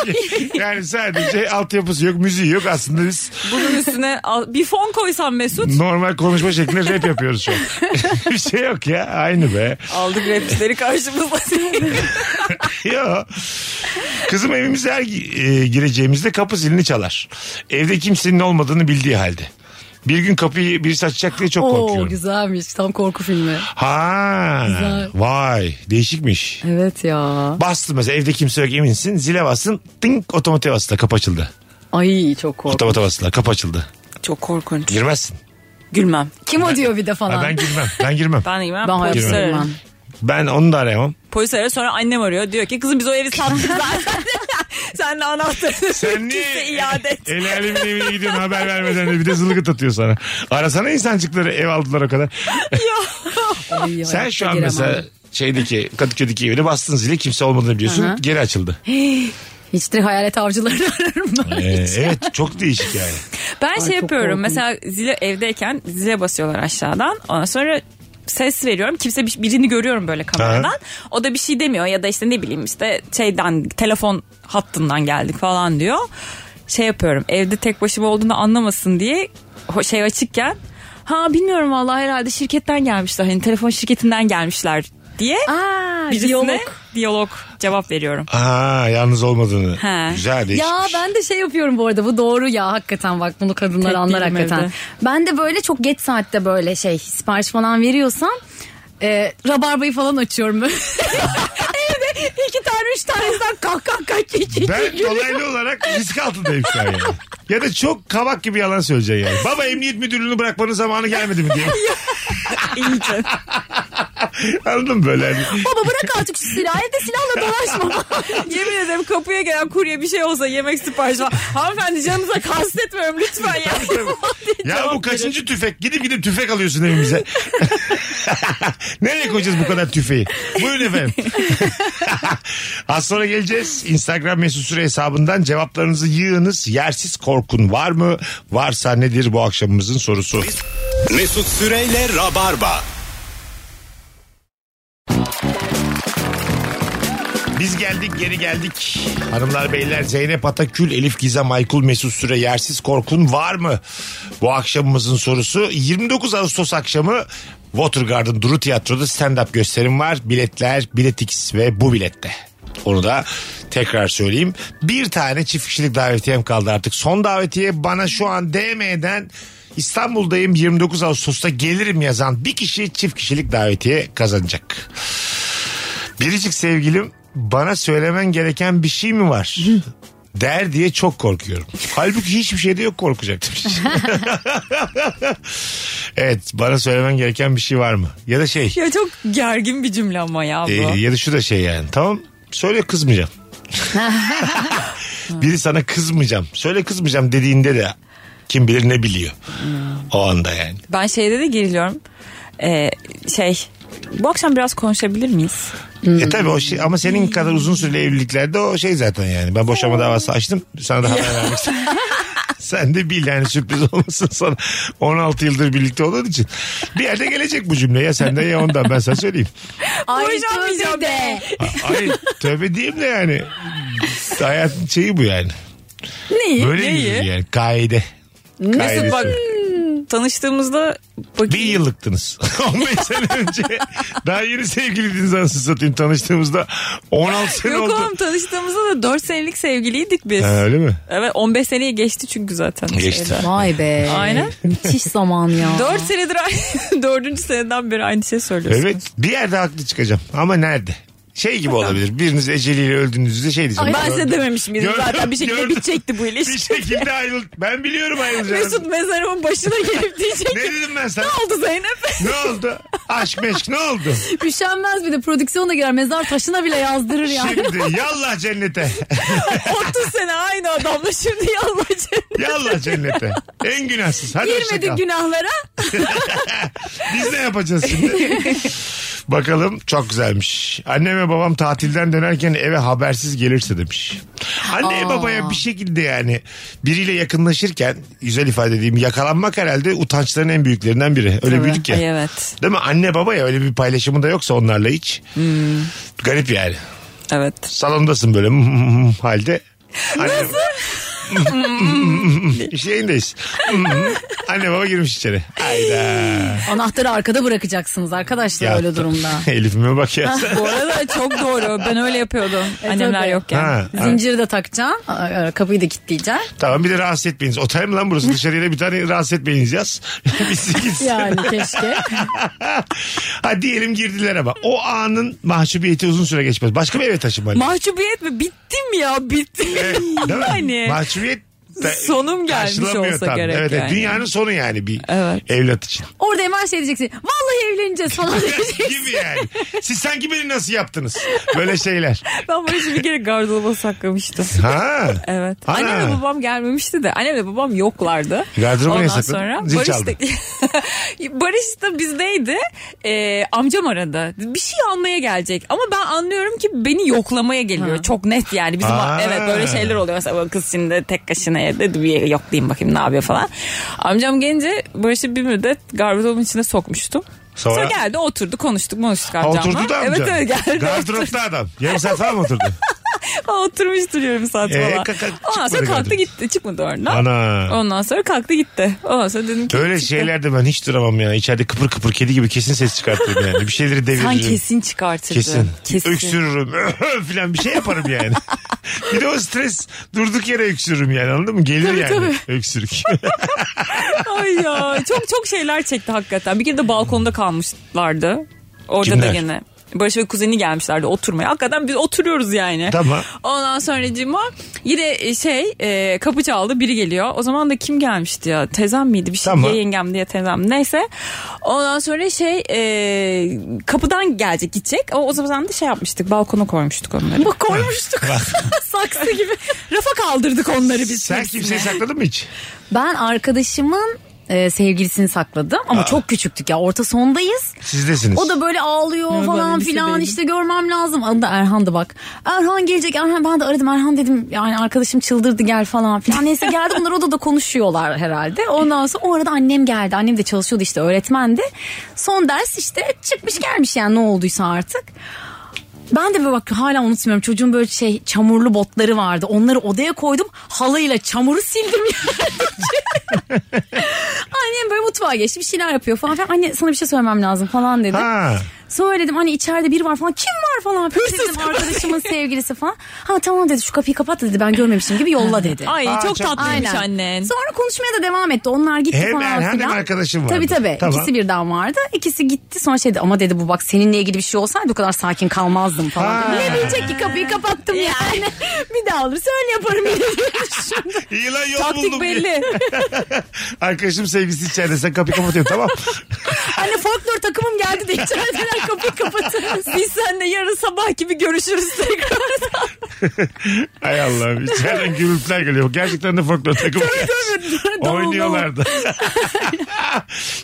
Speaker 1: Yani sadece altyapısı yok, müziği yok. Aslında biz
Speaker 4: Bunun üstüne al- bir fon koysan Mesut.
Speaker 1: normal konuşma şeklinde rap yapıyoruz şu an. bir şey yok ya. Aynı be.
Speaker 4: Aldık rapçileri karşımıza.
Speaker 1: Yo. Kızım evimize her gi- e, gireceğimizde kapı zilini çalar. Evde kimsenin olmadığını bildiği halde. Bir gün kapıyı birisi açacak diye çok
Speaker 3: Oo
Speaker 1: korkuyorum.
Speaker 3: güzelmiş tam korku filmi.
Speaker 1: Ha.
Speaker 3: Güzel.
Speaker 1: Vay, değişikmiş.
Speaker 3: Evet ya.
Speaker 1: Bastın mesela evde kimse yok eminsin. Zile bastın. Tink otomatik bastı. Kapı açıldı.
Speaker 3: Ay çok korku.
Speaker 1: Otomatik bastı. Kapı açıldı.
Speaker 4: Çok korkunç.
Speaker 1: Girmezsin.
Speaker 4: Gülmem.
Speaker 3: Kim o diyor bir de falan.
Speaker 1: Ha, ben girmem. Ben girmem.
Speaker 4: Ben de girmem.
Speaker 3: Ben
Speaker 4: Polis
Speaker 3: hayatta
Speaker 4: ararım.
Speaker 3: girmem.
Speaker 1: ben onu da arayamam.
Speaker 4: Polis arıyor sonra annem arıyor. Diyor ki kızım biz o evi sattık zaten. Sen de anahtarını
Speaker 1: Sen
Speaker 4: kimse
Speaker 1: niye
Speaker 4: iade et.
Speaker 1: el alemin evine gidiyorsun haber vermeden de bir de zılgıt atıyor sana. Arasana insancıkları ev aldılar o kadar.
Speaker 3: Ay,
Speaker 1: Sen
Speaker 3: hayatta
Speaker 1: şu an
Speaker 3: giremem.
Speaker 1: mesela şeydeki Kadıköy'deki evine bastın zile kimse olmadığını biliyorsun.
Speaker 3: Hı hı.
Speaker 1: Geri açıldı.
Speaker 3: Hiç de hayalet avcılarını ararım ben.
Speaker 1: Ee, evet çok değişik yani.
Speaker 4: Ben şey
Speaker 3: çok
Speaker 4: yapıyorum
Speaker 3: korkunç.
Speaker 4: mesela zile evdeyken zile basıyorlar aşağıdan. Ondan sonra ses veriyorum. Kimse bir- birini görüyorum böyle kameradan.
Speaker 1: Ha.
Speaker 4: O da bir şey demiyor ya da işte ne bileyim işte şeyden telefon hattından geldik falan diyor. Şey yapıyorum evde tek başıma olduğunu anlamasın diye o şey açıkken Ha bilmiyorum vallahi herhalde şirketten gelmişler. Hani telefon şirketinden gelmişler diye.
Speaker 3: Aa,
Speaker 4: birisine
Speaker 3: diyalog.
Speaker 4: diyalog cevap veriyorum.
Speaker 1: Aa yalnız olmadığını.
Speaker 4: He.
Speaker 1: Güzel değişmiş.
Speaker 3: Ya ben de şey yapıyorum bu arada bu doğru ya hakikaten bak bunu kadınlar
Speaker 4: Tek
Speaker 3: anlar
Speaker 4: değilim
Speaker 3: hakikaten.
Speaker 4: evde.
Speaker 3: Ben de böyle çok geç saatte böyle şey sipariş falan veriyorsam e, rabarbayı falan açıyorum. Evde iki tane üç tanesinden kalk kalk kalk iki, iki,
Speaker 1: Ben
Speaker 3: iki.
Speaker 1: dolaylı olarak risk altındayım şu an yani. Ya da çok kabak gibi yalan söyleyeceksin yani. Baba emniyet müdürlüğünü bırakmanın zamanı gelmedi mi diye.
Speaker 4: İyice.
Speaker 1: Anladın mı böyle? Yani.
Speaker 3: Baba bırak artık şu silahı evde silahla dolaşma.
Speaker 4: Yemin ederim kapıya gelen kurye bir şey olsa yemek siparişi var. Hanımefendi canınıza kastetmiyorum lütfen ya.
Speaker 1: Ya bu kaçıncı tüfek? Gidip gidip tüfek alıyorsun evimize. Nereye koyacağız bu kadar tüfeği? Buyurun efendim. Az sonra geleceğiz. Instagram mesut süre hesabından cevaplarınızı yığınız. Yersiz korkun var mı? Varsa nedir bu akşamımızın sorusu?
Speaker 7: Mesut Süreyle Rabarba.
Speaker 1: Biz geldik geri geldik. Hanımlar beyler Zeynep Atakül, Elif Gizem, Aykul Mesut Süre yersiz korkun var mı? Bu akşamımızın sorusu 29 Ağustos akşamı Watergarden Duru Tiyatro'da stand-up gösterim var. Biletler, biletix ve bu bilette. Onu da tekrar söyleyeyim. Bir tane çift kişilik davetiyem kaldı artık. Son davetiye bana şu an DM'den İstanbul'dayım 29 Ağustos'ta gelirim yazan bir kişi çift kişilik davetiye kazanacak. Biricik sevgilim bana söylemen gereken bir şey mi var? Der diye çok korkuyorum. Halbuki hiçbir şeyde yok korkacak demiş. evet bana söylemen gereken bir şey var mı? Ya da şey
Speaker 4: ya çok gergin bir cümle ama ya bu.
Speaker 1: e, ya da şu da şey yani tamam söyle kızmayacağım. Biri sana kızmayacağım söyle kızmayacağım dediğinde de kim bilir ne biliyor o anda yani.
Speaker 4: Ben şeyde de geriliyorum. Ee, şey bu akşam biraz konuşabilir miyiz?
Speaker 1: E tabii o şey ama senin kadar uzun süreli evliliklerde o şey zaten yani. Ben boşanma davası açtım. Sana da haber vermek istedim. Sen de bil yani sürpriz olmasın sana. 16 yıldır birlikte olduğun için. Bir yerde gelecek bu cümle ya senden ya ondan ben sana söyleyeyim.
Speaker 3: Ay
Speaker 4: Boşanmayacağım
Speaker 3: tövbe de.
Speaker 1: Ay tövbe diyeyim de yani. Hayatın şeyi bu yani.
Speaker 4: Neyi?
Speaker 1: Böyle
Speaker 4: Neyi?
Speaker 1: bir yani kaide. Kaidesi.
Speaker 4: Mesut bak tanıştığımızda
Speaker 1: Bir
Speaker 4: bakayım.
Speaker 1: yıllıktınız. 15 sene önce daha yeni sevgiliydiniz anasını satayım tanıştığımızda 16 sene
Speaker 4: Yok
Speaker 1: oldu.
Speaker 4: oğlum tanıştığımızda da 4 senelik sevgiliydik biz.
Speaker 1: Ha, öyle mi?
Speaker 4: Evet 15 seneyi geçti çünkü zaten.
Speaker 1: Geçti.
Speaker 4: Şeyde.
Speaker 3: Vay be.
Speaker 4: Aynen.
Speaker 3: Müthiş zaman ya.
Speaker 4: 4 senedir aynı, 4. seneden beri aynı şey söylüyorsunuz.
Speaker 1: Evet bir yerde haklı çıkacağım ama nerede? Şey gibi olabilir biriniz eceliyle öldüğünüzde şey diyeceğim.
Speaker 4: Ben size dememiş miydim
Speaker 1: Gördüm,
Speaker 4: zaten bir şekilde
Speaker 1: gördüm.
Speaker 4: bitecekti bu
Speaker 1: Bir şey
Speaker 4: ilişki.
Speaker 1: şekilde ayrıl. Ben biliyorum ayrılacağını.
Speaker 4: Mesut mezarımın başına gelip diyecek
Speaker 1: Ne
Speaker 4: ki
Speaker 1: dedim ben sana?
Speaker 4: ne oldu Zeynep?
Speaker 1: Ne oldu? Aşk meşk ne oldu?
Speaker 3: Üşenmez bir de prodüksiyona girer mezar taşına bile yazdırır yani.
Speaker 1: Şimdi yallah cennete.
Speaker 4: 30 sene aynı adamla şimdi yalvacı.
Speaker 1: Yallah cennete. En günahsız. Hadi hoşça kal.
Speaker 3: Girmedik günahlara.
Speaker 1: Biz ne yapacağız şimdi? Bakalım çok güzelmiş. Annem ve babam tatilden dönerken eve habersiz gelirse demiş. Anne babaya bir şekilde yani biriyle yakınlaşırken güzel ifade edeyim yakalanmak herhalde utançların en büyüklerinden biri. Öyle büyüdük ya.
Speaker 4: Ay evet.
Speaker 1: Değil mi? Anne baba ya öyle bir paylaşımı da yoksa onlarla hiç. Garip yani.
Speaker 4: Evet.
Speaker 1: Salondasın böyle hmm, halde. Anne, Nasıl? Şeyindeyiz. Hmm, Anne baba girmiş içeri. Hayda.
Speaker 3: Anahtarı arkada bırakacaksınız arkadaşlar öyle durumda.
Speaker 1: Elif'ime bak ya.
Speaker 4: Bu arada çok doğru. Ben öyle yapıyordum. Annemler
Speaker 3: tabii.
Speaker 4: yokken.
Speaker 1: E, Ha, ha.
Speaker 3: Zinciri de takacaksın. a- a- Kapıyı da kilitleyeceksin.
Speaker 1: Tamam bir de rahatsız etmeyiniz. Otel mi lan burası? Dışarıya da bir tane rahatsız etmeyiniz yaz. Biz gitsin.
Speaker 3: Yani keşke.
Speaker 1: ha diyelim girdiler ama. O anın mahcubiyeti uzun süre geçmez. Başka bir eve taşınmalı.
Speaker 4: Mahcubiyet mi? Bittim ya bittim.
Speaker 1: Evet, değil mi?
Speaker 4: Yani.
Speaker 1: Mahcubiyet de-
Speaker 4: Sonum gelmiş
Speaker 1: karşılamıyor
Speaker 4: olsa
Speaker 1: tam.
Speaker 4: gerek
Speaker 1: evet, evet.
Speaker 4: yani.
Speaker 1: Dünyanın sonu yani bir
Speaker 4: Evet.
Speaker 1: evlat için.
Speaker 3: Orada hemen şey diyeceksin. Vallahi evleneceğiz falan diyeceksin.
Speaker 1: gibi yani. Siz sanki beni nasıl yaptınız? Böyle şeyler.
Speaker 4: Ben Barış'ı bir kere gardıroba saklamıştım.
Speaker 1: Ha.
Speaker 4: Evet.
Speaker 1: Ha.
Speaker 4: Annem ve babam gelmemişti de. Annem ve babam yoklardı.
Speaker 1: Gardıroba
Speaker 4: Ondan
Speaker 1: niye sakladın?
Speaker 4: sonra
Speaker 1: Zil
Speaker 4: Barış
Speaker 1: çaldı.
Speaker 4: da, Barış da bizdeydi. Ee, amcam aradı. Bir şey almaya gelecek. Ama ben anlıyorum ki beni yoklamaya geliyor. Çok net yani. Bizim
Speaker 1: Ha.
Speaker 4: evet böyle şeyler oluyor. Mesela bu kız şimdi tek kaşına evde dur bir yoklayayım bakayım ne yapıyor falan. Amcam gelince Barış'ı bir müddet gardırobun içine sokmuştum.
Speaker 1: Sonra?
Speaker 4: Sonra, geldi oturdu konuştuk konuştuk
Speaker 1: Ha,
Speaker 4: amcamla.
Speaker 1: Oturdu da amca.
Speaker 4: Evet evet geldi.
Speaker 1: Gardıropta adam. Yarım saat falan mı oturdu?
Speaker 4: Oturmuş duruyorum saat
Speaker 1: Ee,
Speaker 4: falan.
Speaker 1: kaka-
Speaker 4: Ondan sonra
Speaker 1: çıkmadı
Speaker 4: kalktı
Speaker 1: kadın.
Speaker 4: gitti. Çıkmadı oradan.
Speaker 1: Ana.
Speaker 4: Ondan sonra kalktı gitti. Ondan sonra dedim ki.
Speaker 1: Öyle
Speaker 4: çıktı.
Speaker 1: şeylerde ben hiç duramam ya. İçeride kıpır kıpır kedi gibi kesin ses çıkartırım yani. Bir şeyleri deviririm.
Speaker 4: Sen kesin çıkartırdın.
Speaker 1: Kesin.
Speaker 4: Kesin.
Speaker 1: Öksürürüm filan bir şey yaparım yani. bir de o stres durduk yere öksürürüm yani anladın mı? Gelir yani öksürük.
Speaker 4: Ay ya çok çok şeyler çekti hakikaten. Bir kere de balkonda kalmışlardı. Orada
Speaker 1: Kimler?
Speaker 4: da gene. Barış ve kuzeni gelmişlerdi oturmaya. Hakikaten biz oturuyoruz yani.
Speaker 1: Tamam.
Speaker 4: Ondan sonra yine e, şey e, kapı çaldı biri geliyor. O zaman da kim gelmişti ya? Teyzem miydi? Bir şey
Speaker 1: Tamam.
Speaker 4: ya yengem diye teyzem neyse. Ondan sonra şey e, kapıdan gelecek gidecek. O, o zaman da şey yapmıştık balkona koymuştuk onları. Bak koymuştuk. Saksı gibi. Rafa kaldırdık onları biz.
Speaker 1: Sen
Speaker 4: hepsini.
Speaker 1: kimseyi sakladın mı hiç?
Speaker 3: Ben arkadaşımın e, sevgilisini sakladım ama çok küçüktük ya orta sondayız.
Speaker 1: Sizdesiniz.
Speaker 3: O da böyle ağlıyor
Speaker 4: ben
Speaker 3: falan
Speaker 4: lisedeydim.
Speaker 3: filan işte görmem lazım. Adı da Erhan'dı bak. Erhan gelecek Erhan ben de aradım Erhan dedim yani arkadaşım çıldırdı gel falan filan. Neyse geldi bunlar odada konuşuyorlar herhalde. Ondan sonra o arada annem geldi. Annem de çalışıyordu işte öğretmendi. Son ders işte çıkmış gelmiş yani ne olduysa artık. Ben de böyle bak hala unutmuyorum. Çocuğun böyle şey çamurlu botları vardı. Onları odaya koydum. Halıyla çamuru sildim yani. Annem böyle mutfağa geçti. Bir şeyler yapıyor falan filan. Anne sana bir şey söylemem lazım falan dedi.
Speaker 1: Ha.
Speaker 3: Söyledim hani içeride biri var falan. Kim var falan. Hırsız dedim arkadaşımın sevgilisi falan. Ha tamam dedi şu kapıyı kapat dedi. Ben görmemişim gibi yolla dedi.
Speaker 4: Ay
Speaker 1: Aa,
Speaker 4: çok
Speaker 1: çok-
Speaker 4: tatlıymış
Speaker 3: Aynen.
Speaker 4: annen.
Speaker 3: Sonra konuşmaya da devam etti. Onlar gitti
Speaker 1: Hem
Speaker 3: falan
Speaker 1: Erhan hem
Speaker 3: filan.
Speaker 1: arkadaşım vardı.
Speaker 3: Tabii tabii.
Speaker 1: Tamam.
Speaker 3: İkisi birden vardı. İkisi gitti. Sonra şey dedi ama dedi bu bak seninle ilgili bir şey olsaydı bu kadar sakin kalmazdım falan.
Speaker 1: Ha.
Speaker 3: dedi. Ne bilecek ki kapıyı kapattım yani. bir daha olursa öyle yaparım yine diye düşündüm.
Speaker 1: İyi lan yol buldum.
Speaker 4: Taktik belli.
Speaker 1: Arkadaşım sevgisi içeride sen kapıyı kapatıyorsun tamam.
Speaker 3: Anne Hani folklor takımım geldi de içerideler kapıyı kapatırız.
Speaker 4: Biz seninle yarın sabah gibi görüşürüz tekrar.
Speaker 1: Hay Allah'ım içeriden gürültüler geliyor. Gerçekten de folklor takımı. Oynuyorlardı.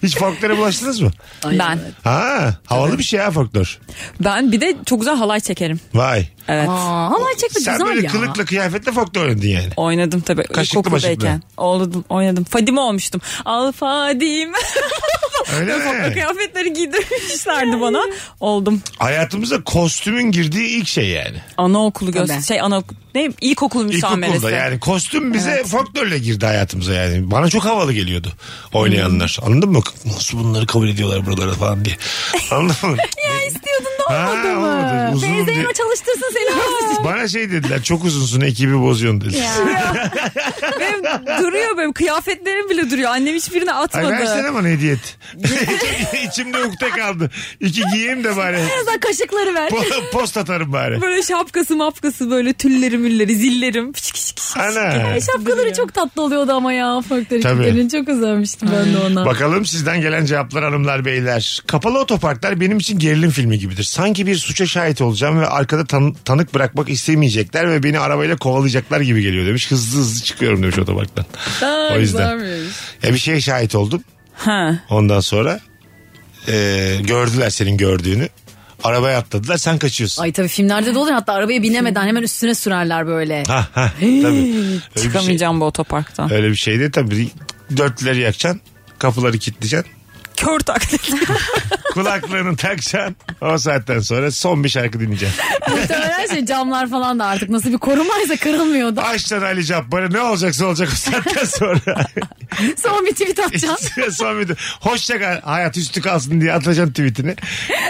Speaker 1: Hiç folklora bulaştınız mı?
Speaker 4: ben.
Speaker 1: Ha, havalı bir şey ha folklor.
Speaker 4: Ben bir de çok güzel halay çekerim.
Speaker 1: Vay.
Speaker 4: Evet.
Speaker 3: Aa, ama çekme
Speaker 1: Sen
Speaker 3: güzel
Speaker 1: böyle
Speaker 3: ya.
Speaker 1: kılıkla kıyafetle folklor oynadın yani.
Speaker 4: Oynadım tabii.
Speaker 1: Kaşıklı
Speaker 4: İlkokuldayken. Oynadım, oynadım. Fadime olmuştum. Al Fadime.
Speaker 1: Öyle
Speaker 4: Topla
Speaker 1: mi?
Speaker 4: kıyafetleri giydirmişlerdi bana. Oldum.
Speaker 1: Hayatımıza kostümün girdiği ilk şey yani.
Speaker 4: Anaokulu göster.
Speaker 3: Tabii.
Speaker 4: Şey ana ne ilkokul müsameresi.
Speaker 1: İlkokulda yani kostüm bize folklorla girdi hayatımıza yani. Bana çok havalı geliyordu oynayanlar.
Speaker 3: Hmm.
Speaker 1: Anladın mı? Nasıl bunları kabul ediyorlar buralara falan diye. Anladın mı?
Speaker 3: İstiyordun da
Speaker 1: Ha,
Speaker 3: olmadı
Speaker 1: olmadı.
Speaker 3: mı?
Speaker 1: Uzun
Speaker 3: Teyzeyle
Speaker 1: diye-
Speaker 3: çalıştırsın seni.
Speaker 1: Bana şey dediler çok uzunsun ekibi bozuyorsun dediler.
Speaker 4: Benim duruyor benim kıyafetlerim bile duruyor. Annem hiçbirini
Speaker 1: Ay
Speaker 4: atmadı.
Speaker 1: versene bana hediye et. İçimde ukde kaldı. İki giyeyim de bari.
Speaker 3: Birazdan kaşıkları ver.
Speaker 1: Po- Post atarım bari.
Speaker 4: Böyle şapkası mapkası böyle tülleri mülleri zillerim. Fişik fişik fişik.
Speaker 1: Ana.
Speaker 3: Ay, E, Şapkaları çok tatlı oluyordu ama ya folklor
Speaker 1: Tabii.
Speaker 3: ekiplerinin. Çok özenmiştim ben de ona.
Speaker 1: Bakalım sizden gelen cevaplar hanımlar beyler. Kapalı otoparklar benim için gerilim filmi gibidir. Sanki bir suça şahit olacağım ve arkada tan- tanık bırakmak istemeyecekler ve beni arabayla kovalayacaklar gibi geliyor demiş. Hızlı hızlı çıkıyorum demiş otoparktan. o yüzden. Ya bir şeye şahit oldum.
Speaker 4: Ha.
Speaker 1: Ondan sonra e, gördüler senin gördüğünü. Arabaya atladılar sen kaçıyorsun.
Speaker 3: Ay tabii filmlerde de olur hatta arabaya binemeden hemen üstüne sürerler böyle.
Speaker 1: Ha ha tabii. Öyle bir şey-
Speaker 4: Çıkamayacağım bu otoparktan.
Speaker 1: Öyle bir şey de tabii dörtlüleri yakacaksın. Kapıları kilitleyeceksin.
Speaker 4: Kör taklit.
Speaker 1: Kulaklığını takacaksın. O saatten sonra son bir şarkı dinleyeceksin.
Speaker 3: Muhtemelen şey camlar falan da artık nasıl bir korumaysa kırılmıyordu.
Speaker 1: Açtan Ali Cabbar'ı ne olacaksa olacak o saatten sonra.
Speaker 3: Son bir tweet atacaksın.
Speaker 1: son bir de hoşça kal hayat üstü kalsın diye atacaksın tweetini.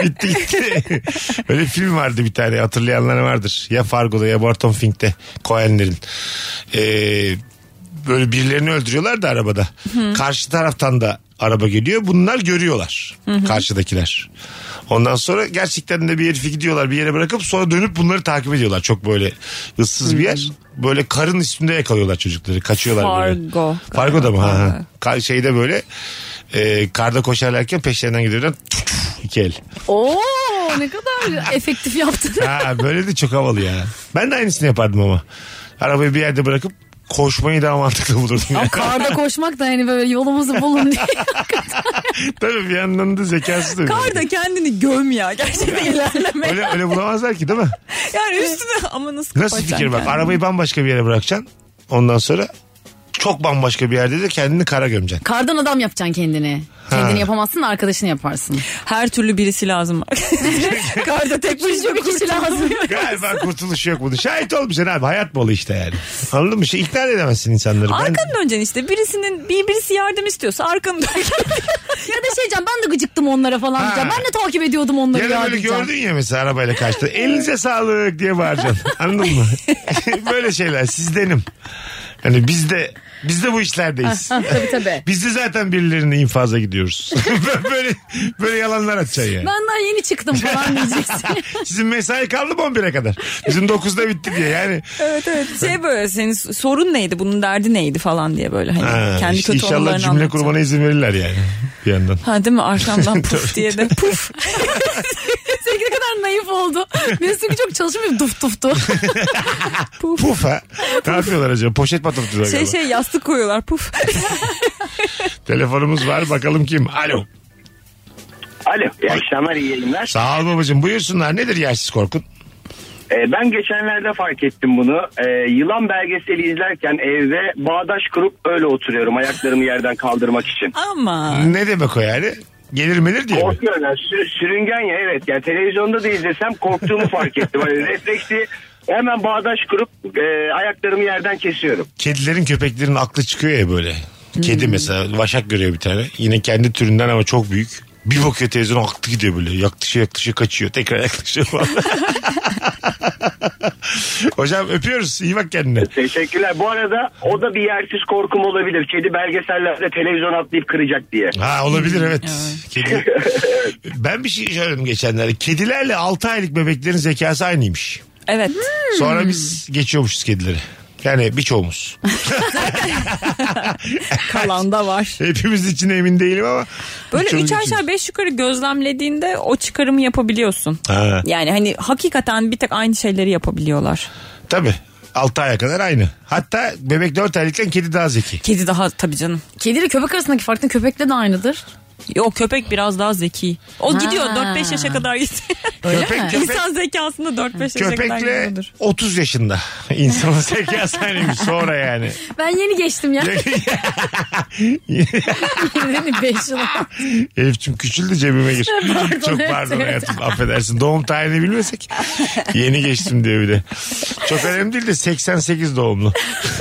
Speaker 1: Bitti gitti. Öyle bir film vardı bir tane hatırlayanlar vardır. Ya Fargo'da ya Barton Fink'te Coen'lerin. Ee, böyle birilerini öldürüyorlar da arabada. Karşı taraftan da araba geliyor. Bunlar görüyorlar. Karşıdakiler. Ondan sonra gerçekten de bir herifi gidiyorlar bir yere bırakıp sonra dönüp bunları takip ediyorlar. Çok böyle ıssız bir yer. Böyle karın üstünde yakalıyorlar çocukları. Kaçıyorlar böyle.
Speaker 4: Fargo.
Speaker 1: Fargo da mı? Ha, ha. Ka- şeyde böyle e, karda koşarlarken peşlerinden gidiyorlar. İki el.
Speaker 3: Oo ne kadar efektif yaptın.
Speaker 1: Ha, böyle de çok havalı ya. Ben de aynısını yapardım ama. Arabayı bir yerde bırakıp koşmayı daha mantıklı bulurdum. ya.
Speaker 3: Karda koşmak da hani böyle yolumuzu bulun diye.
Speaker 1: Tabii bir yandan da zekası da.
Speaker 4: Kar da kendini göm ya. Gerçekten ilerleme.
Speaker 1: Öyle, öyle bulamazlar ki değil mi?
Speaker 4: Yani üstüne ama nasıl
Speaker 1: Nasıl
Speaker 4: kapatacaksın
Speaker 1: fikir bak
Speaker 4: kendini?
Speaker 1: arabayı bambaşka bir yere bırakacaksın. Ondan sonra çok bambaşka bir yerde de kendini kara gömeceksin.
Speaker 3: Kardan adam yapacaksın kendini. Kendini yapamazsın arkadaşını yaparsın.
Speaker 4: Her türlü birisi lazım. Karda tek başına bir kişi lazım.
Speaker 1: Galiba kurtuluş yok bunun. Şahit olmayacaksın abi. Hayat malı işte yani. Anladın mı? Şey, ikna da edemezsin insanları. Ben,
Speaker 4: Arkanı döneceksin işte. Birisinin bir birisi yardım istiyorsa arkanı döneceksin.
Speaker 3: Ya da şey diyeceğim ben de gıcıktım onlara falan diyeceğim. Ben de takip ediyordum onları
Speaker 1: yarın
Speaker 3: ya
Speaker 1: böyle
Speaker 3: diyeceğim.
Speaker 1: gördün ya mesela arabayla kaçtı. Elinize sağlık diye bağıracaksın. Anladın mı? böyle şeyler sizdenim. Hani biz de biz de bu işlerdeyiz.
Speaker 3: Tabii tabii.
Speaker 1: Biz de zaten birilerini infaza gidiyoruz. böyle böyle yalanlar atacaksın yani.
Speaker 3: Benden yeni çıktım falan diyeceksin.
Speaker 1: Sizin mesai kaldı mı 11'e kadar? Bizim 9'da bitti diye yani.
Speaker 4: evet evet. Şey böyle senin sorun neydi? Bunun derdi neydi falan diye böyle hani
Speaker 1: Ha,
Speaker 4: kendi
Speaker 1: işte
Speaker 4: kötü
Speaker 1: inşallah
Speaker 4: anılarını
Speaker 1: cümle
Speaker 4: anlatacaksın.
Speaker 1: kurmana izin verirler yani bir yandan.
Speaker 4: Ha değil mi? Arkamdan puf diye de puf.
Speaker 3: Seninki ne kadar naif oldu. Mesut'un çok çalışmıyor duf duftu.
Speaker 1: Puf ha. ne yapıyorlar acaba? Poşet patlatıyorlar
Speaker 4: Şey
Speaker 1: galiba.
Speaker 4: şey yastık koyuyorlar puf.
Speaker 1: Telefonumuz var bakalım kim? Alo.
Speaker 8: Alo, iyi akşamlar, iyi yayınlar.
Speaker 1: Sağ ol babacığım. Buyursunlar. Nedir yersiz korkun?
Speaker 8: Ee, ben geçenlerde fark ettim bunu. Ee, yılan belgeseli izlerken evde bağdaş kurup öyle oturuyorum ayaklarımı yerden kaldırmak için.
Speaker 4: Ama
Speaker 1: Ne demek o yani? Gelir melir diye mi?
Speaker 8: Korkuyorum yani, sü- sürüngen ya evet. Yani televizyonda da izlesem korktuğumu fark ettim. Hani refleksi hemen bağdaş kurup e, ayaklarımı yerden kesiyorum.
Speaker 1: Kedilerin köpeklerin aklı çıkıyor ya böyle. Kedi mesela vaşak görüyor bir tane. Yine kendi türünden ama çok büyük. Bir bakıyor televizyona aklı gidiyor böyle. Yaklaşıyor yaklaşıyor kaçıyor. Tekrar yaklaşıyor falan. Hocam öpüyoruz. İyi bak kendine.
Speaker 8: Teşekkürler. Bu arada o da bir yersiz korkum olabilir. Kedi belgesellerde televizyon atlayıp kıracak diye.
Speaker 1: Ha olabilir evet. Kedi. ben bir şey söyledim geçenlerde. Kedilerle 6 aylık bebeklerin zekası aynıymış.
Speaker 4: evet.
Speaker 1: Sonra biz geçiyormuşuz kedileri. Yani birçoğumuz.
Speaker 4: Kalanda var.
Speaker 1: Hepimiz için emin değilim ama.
Speaker 4: Böyle
Speaker 1: birçoğumuz
Speaker 4: 3
Speaker 1: geçiyoruz.
Speaker 4: aşağı 5 yukarı gözlemlediğinde o çıkarımı yapabiliyorsun.
Speaker 1: Ha,
Speaker 4: Yani hani hakikaten bir tek aynı şeyleri yapabiliyorlar.
Speaker 1: tabii. 6 aya kadar aynı. Hatta bebek 4 aylıkken kedi daha zeki.
Speaker 4: Kedi daha tabii canım.
Speaker 3: Kedi ile köpek arasındaki farkın köpekle de aynıdır.
Speaker 4: Yok köpek biraz daha zeki. O
Speaker 3: Ha.
Speaker 4: gidiyor 4-5 yaşa kadar gidiyor.
Speaker 1: köpek,
Speaker 3: mi?
Speaker 1: köpek,
Speaker 4: İnsan zekasında 4-5 yaşa kadar
Speaker 1: köpekle
Speaker 4: gidiyordur.
Speaker 1: 30 yaşında. İnsanın zekası aynıymış sonra yani.
Speaker 3: Ben yeni geçtim ya. Yeni 5 yıl.
Speaker 1: Elif'cim küçüldü cebime gir.
Speaker 3: Pardon,
Speaker 1: Çok
Speaker 3: evet,
Speaker 1: pardon
Speaker 3: evet.
Speaker 1: hayatım affedersin. Doğum tarihini bilmesek yeni geçtim diyor bir de. Çok önemli değil de 88 doğumlu.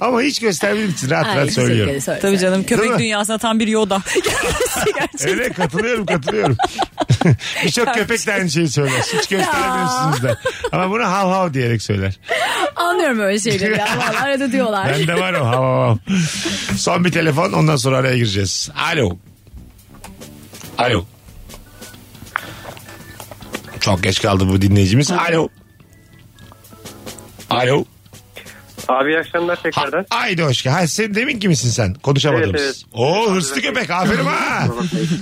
Speaker 1: Ama hiç göstermediğim için rahat rahat söylüyorum.
Speaker 4: Tabii canım
Speaker 1: Değil
Speaker 4: köpek
Speaker 1: mi?
Speaker 4: dünyasına tam bir yoda.
Speaker 1: Öyle katılıyorum katılıyorum. Birçok köpek de aynı şeyi söyler. Hiç göstermiyorsunuz da. Ama bunu hav hav diyerek söyler.
Speaker 3: Anlıyorum öyle şeyleri ya. Vallahi arada diyorlar.
Speaker 1: Bende var o hav hav hav. Son bir telefon ondan sonra araya gireceğiz. Alo. Alo. Çok geç kaldı bu dinleyicimiz. Alo. Alo.
Speaker 6: Abi iyi akşamlar
Speaker 1: Ha,
Speaker 6: tekrardan.
Speaker 1: haydi hoş geldin. Ha, Sen demin kimsin sen?
Speaker 6: Evet,
Speaker 1: Konuşamadığımız.
Speaker 6: evet.
Speaker 1: Oo hırslı köpek aferin ha.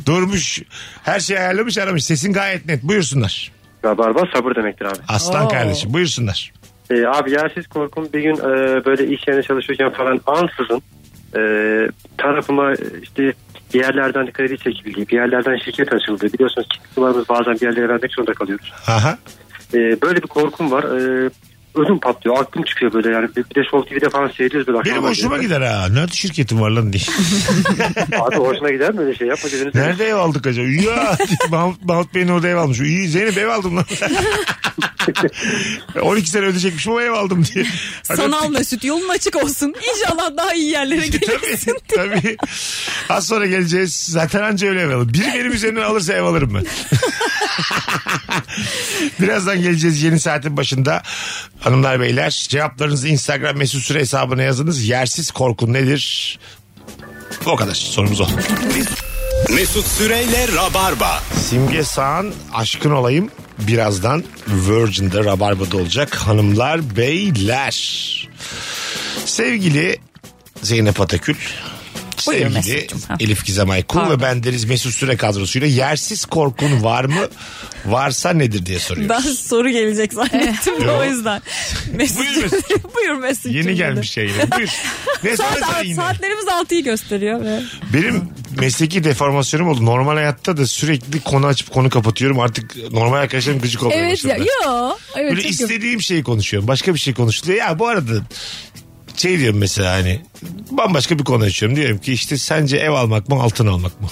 Speaker 1: Durmuş. Her şeyi ayarlamış aramış. Sesin gayet net. Buyursunlar.
Speaker 6: Rabarba sabır demektir abi.
Speaker 1: Aslan
Speaker 4: Oo.
Speaker 1: kardeşim buyursunlar.
Speaker 6: Ee, abi yersiz korkum bir gün e, böyle iş yerinde çalışırken falan ansızın e, tarafıma işte bir yerlerden kredi çekildi, bir yerlerden şirket açıldı. Biliyorsunuz çıktılarımız bazen bir yerlere vermek zorunda kalıyoruz.
Speaker 1: Aha.
Speaker 6: E, böyle bir korkum var. E, ödüm patlıyor, aklım çıkıyor böyle yani. Bir, bir de Show TV'de falan seyrediyoruz böyle.
Speaker 1: Benim
Speaker 6: akşamlar
Speaker 1: hoşuma
Speaker 6: böyle.
Speaker 1: gider ha. Nerede şirketim var lan diye.
Speaker 6: Abi hoşuna gider mi öyle şey? Yapma gözünü seveyim.
Speaker 1: Nerede ev aldık acaba? Ya Mahmut, Mahmut Bey'in orada ev almış. İyi Zeynep ev aldım lan. 12 sene ödeyecekmiş ama ev aldım diye. Hadi
Speaker 4: Sanal Mesut yolun açık olsun. İnşallah daha iyi yerlere
Speaker 1: Tabii,
Speaker 4: gelirsin.
Speaker 1: tabii. Az sonra geleceğiz. Zaten anca öyle ev alır. Biri benim üzerinden alırsa ev alırım ben. Birazdan geleceğiz yeni saatin başında. Hanımlar beyler cevaplarınızı Instagram mesut süre hesabına yazınız. Yersiz korku nedir? O kadar sorumuz o.
Speaker 7: Mesut Süreyle Rabarba.
Speaker 1: Simge Sağan aşkın olayım birazdan Virgin'de Rabarba'da olacak hanımlar beyler. Sevgili Zeynep Atakül,
Speaker 4: Buyurun
Speaker 1: sevgili
Speaker 4: Mesut'cum. Ha.
Speaker 1: Elif Gizem Aykul ve
Speaker 4: Pardon.
Speaker 1: bendeniz Mesut Süre kadrosuyla yersiz korkun var mı? Varsa nedir diye soruyoruz.
Speaker 4: Ben soru gelecek zannettim de
Speaker 1: Yok.
Speaker 4: o yüzden. Mesut.
Speaker 1: Buyur Mesut.
Speaker 4: Buyur Mesut'cum
Speaker 1: Yeni
Speaker 4: dedi.
Speaker 1: gelmiş yayına. Buyur. Ne
Speaker 4: Saat,
Speaker 1: sorarsan
Speaker 4: saat-
Speaker 1: yine.
Speaker 4: saatlerimiz 6'yı gösteriyor. Ve...
Speaker 1: Benim mesleki deformasyonum oldu. Normal hayatta da sürekli konu açıp konu kapatıyorum. Artık normal arkadaşlarım gıcık olmaya
Speaker 3: Evet ya.
Speaker 1: başladılar.
Speaker 3: Yo. Evet,
Speaker 1: Böyle
Speaker 3: çok
Speaker 1: istediğim şeyi konuşuyorum. Başka bir şey konuşuluyor. Ya bu arada şey diyorum mesela hani bambaşka bir konu açıyorum. Diyorum ki işte sence ev almak mı altın almak mı?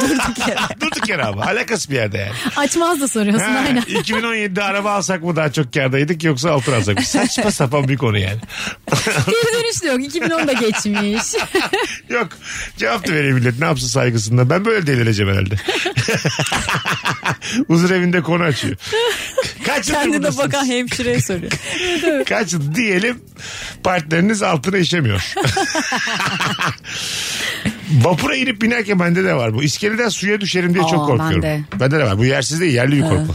Speaker 1: Durduk yere. Durduk yere ama alakası bir yerde yani.
Speaker 3: Açmaz da soruyorsun
Speaker 1: Ha,
Speaker 3: aynen.
Speaker 1: 2017'de araba alsak mı daha çok kârdaydık yoksa altın alsak mı? Saçma sapan bir konu yani.
Speaker 3: Geri dönüş de yok. 2010'da geçmiş.
Speaker 1: Yok cevap da veriyor millet ne yapsın saygısında. Ben böyle delireceğim herhalde. Huzur evinde konu açıyor. Kaç yıldır
Speaker 4: Kendine
Speaker 1: buradasınız?
Speaker 4: bakan hemşireye soruyor.
Speaker 1: Kaç yıl diyelim partneriniz altına işemiyor. Vapura inip binerken bende de var bu. İskeleden suya düşerim diye çok
Speaker 3: Aa,
Speaker 1: korkuyorum.
Speaker 3: bende.
Speaker 1: Bende de var. Bu yersiz değil yerli bir korku.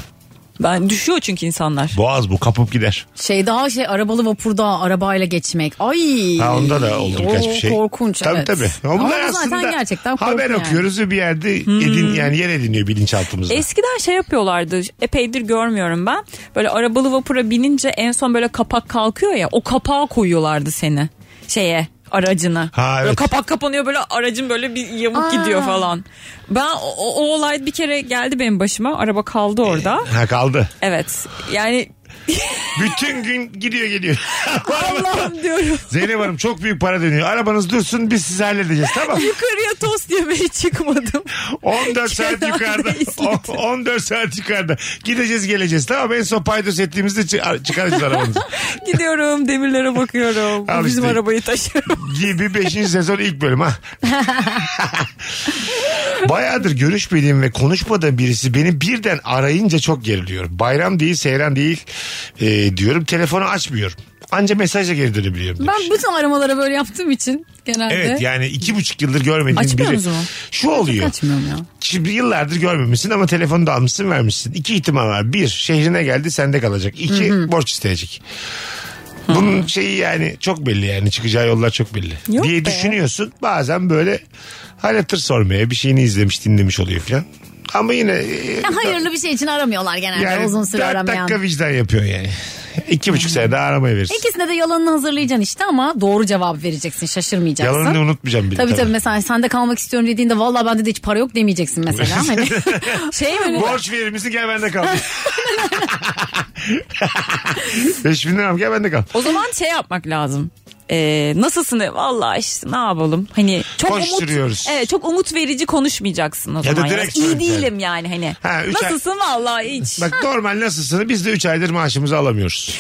Speaker 4: Ben düşüyor çünkü insanlar.
Speaker 1: Boğaz bu kapıp gider.
Speaker 3: Şey daha şey arabalı vapurda arabayla geçmek. Ay.
Speaker 1: Ha onda da oldu birkaç
Speaker 3: Oo,
Speaker 1: bir şey.
Speaker 3: Korkunç
Speaker 1: tabii,
Speaker 3: evet.
Speaker 1: Tabii
Speaker 3: Ama
Speaker 1: Onlar
Speaker 3: bu
Speaker 1: aslında
Speaker 3: zaten gerçekten korku
Speaker 1: haber
Speaker 3: yani. Hmm.
Speaker 1: okuyoruz ve bir yerde edin, yani yer ediniyor bilinçaltımızda.
Speaker 4: Eskiden şey yapıyorlardı epeydir görmüyorum ben. Böyle arabalı vapura binince en son böyle kapak kalkıyor ya o kapağa koyuyorlardı seni şeye aracına.
Speaker 1: Ha,
Speaker 4: Böyle
Speaker 1: evet.
Speaker 4: kapak kapanıyor böyle aracın böyle bir yamuk
Speaker 3: Aa.
Speaker 4: gidiyor falan. Ben o, o- o olay bir kere geldi benim başıma. Araba kaldı orada.
Speaker 1: Ha kaldı.
Speaker 4: Evet. Yani
Speaker 1: Bütün gün gidiyor geliyor.
Speaker 4: Allah'ım diyorum.
Speaker 1: Zeynep Hanım çok büyük para dönüyor. Arabanız dursun biz sizi halledeceğiz tamam.
Speaker 4: Yukarıya tost yemeye çıkmadım.
Speaker 1: 14 saat yukarıda.
Speaker 4: Kenardayız.
Speaker 1: O- 14 saat yukarıda. Gideceğiz geleceğiz tamam. En son paydos ettiğimizde çı- çıkaracağız arabanızı.
Speaker 4: Gidiyorum demirlere bakıyorum.
Speaker 1: Al
Speaker 4: Bizim
Speaker 1: işte.
Speaker 4: arabayı taşıyorum.
Speaker 1: Gibi 5. sezon ilk bölüm ha. Bayağıdır görüşmediğim ve konuşmadığım birisi beni birden arayınca çok geriliyorum. Bayram değil seyran değil e, diyorum. Telefonu açmıyorum. Anca mesajla geri dönebiliyorum. demiş.
Speaker 3: Ben bütün aramalara böyle yaptığım için genelde.
Speaker 1: Evet yani iki buçuk yıldır görmediğim
Speaker 3: Açmıyor
Speaker 1: biri.
Speaker 3: musun?
Speaker 1: Şu oluyor.
Speaker 3: Kaçmıyorum ya.
Speaker 1: Şimdi yıllardır görmemişsin ama telefonu da almışsın vermişsin. İki ihtimal var. Bir şehrine geldi sende kalacak. İki borç isteyecek. Bunun şeyi yani çok belli yani çıkacağı yollar çok belli.
Speaker 4: Yok
Speaker 1: diye
Speaker 4: be.
Speaker 1: düşünüyorsun bazen böyle hani tır sormaya bir şeyini izlemiş dinlemiş oluyor falan. Ama yine e,
Speaker 3: Ya Hayırlı bir şey için aramıyorlar genelde
Speaker 1: yani
Speaker 3: uzun süre
Speaker 1: dört
Speaker 3: aramayan.
Speaker 1: dakika vicdan yapıyor yani. İki buçuk sene daha aramaya verirsin.
Speaker 3: İkisine de yalanını hazırlayacaksın işte ama doğru cevap vereceksin şaşırmayacaksın.
Speaker 1: Yalanını unutmayacağım bile.
Speaker 3: Tabii tabii mesela sende kalmak istiyorum dediğinde valla bende de hiç para yok demeyeceksin mesela. Hani
Speaker 4: Şey mi? bu?
Speaker 1: Borç verir misin gel bende kal. Beş bin liram gel bende kal.
Speaker 4: O zaman şey yapmak lazım. Ee, nasılsın? Vallahi işte ne yapalım? Hani çok umut,
Speaker 1: Koşturuyoruz.
Speaker 4: evet, çok umut verici konuşmayacaksın o
Speaker 1: da
Speaker 4: zaman.
Speaker 1: direkt
Speaker 4: iyi
Speaker 1: söyle.
Speaker 4: değilim yani hani.
Speaker 1: Ha, üç ay-
Speaker 4: Nasılsın vallahi hiç.
Speaker 1: Bak normal nasılsın? Biz de 3 aydır maaşımızı alamıyoruz.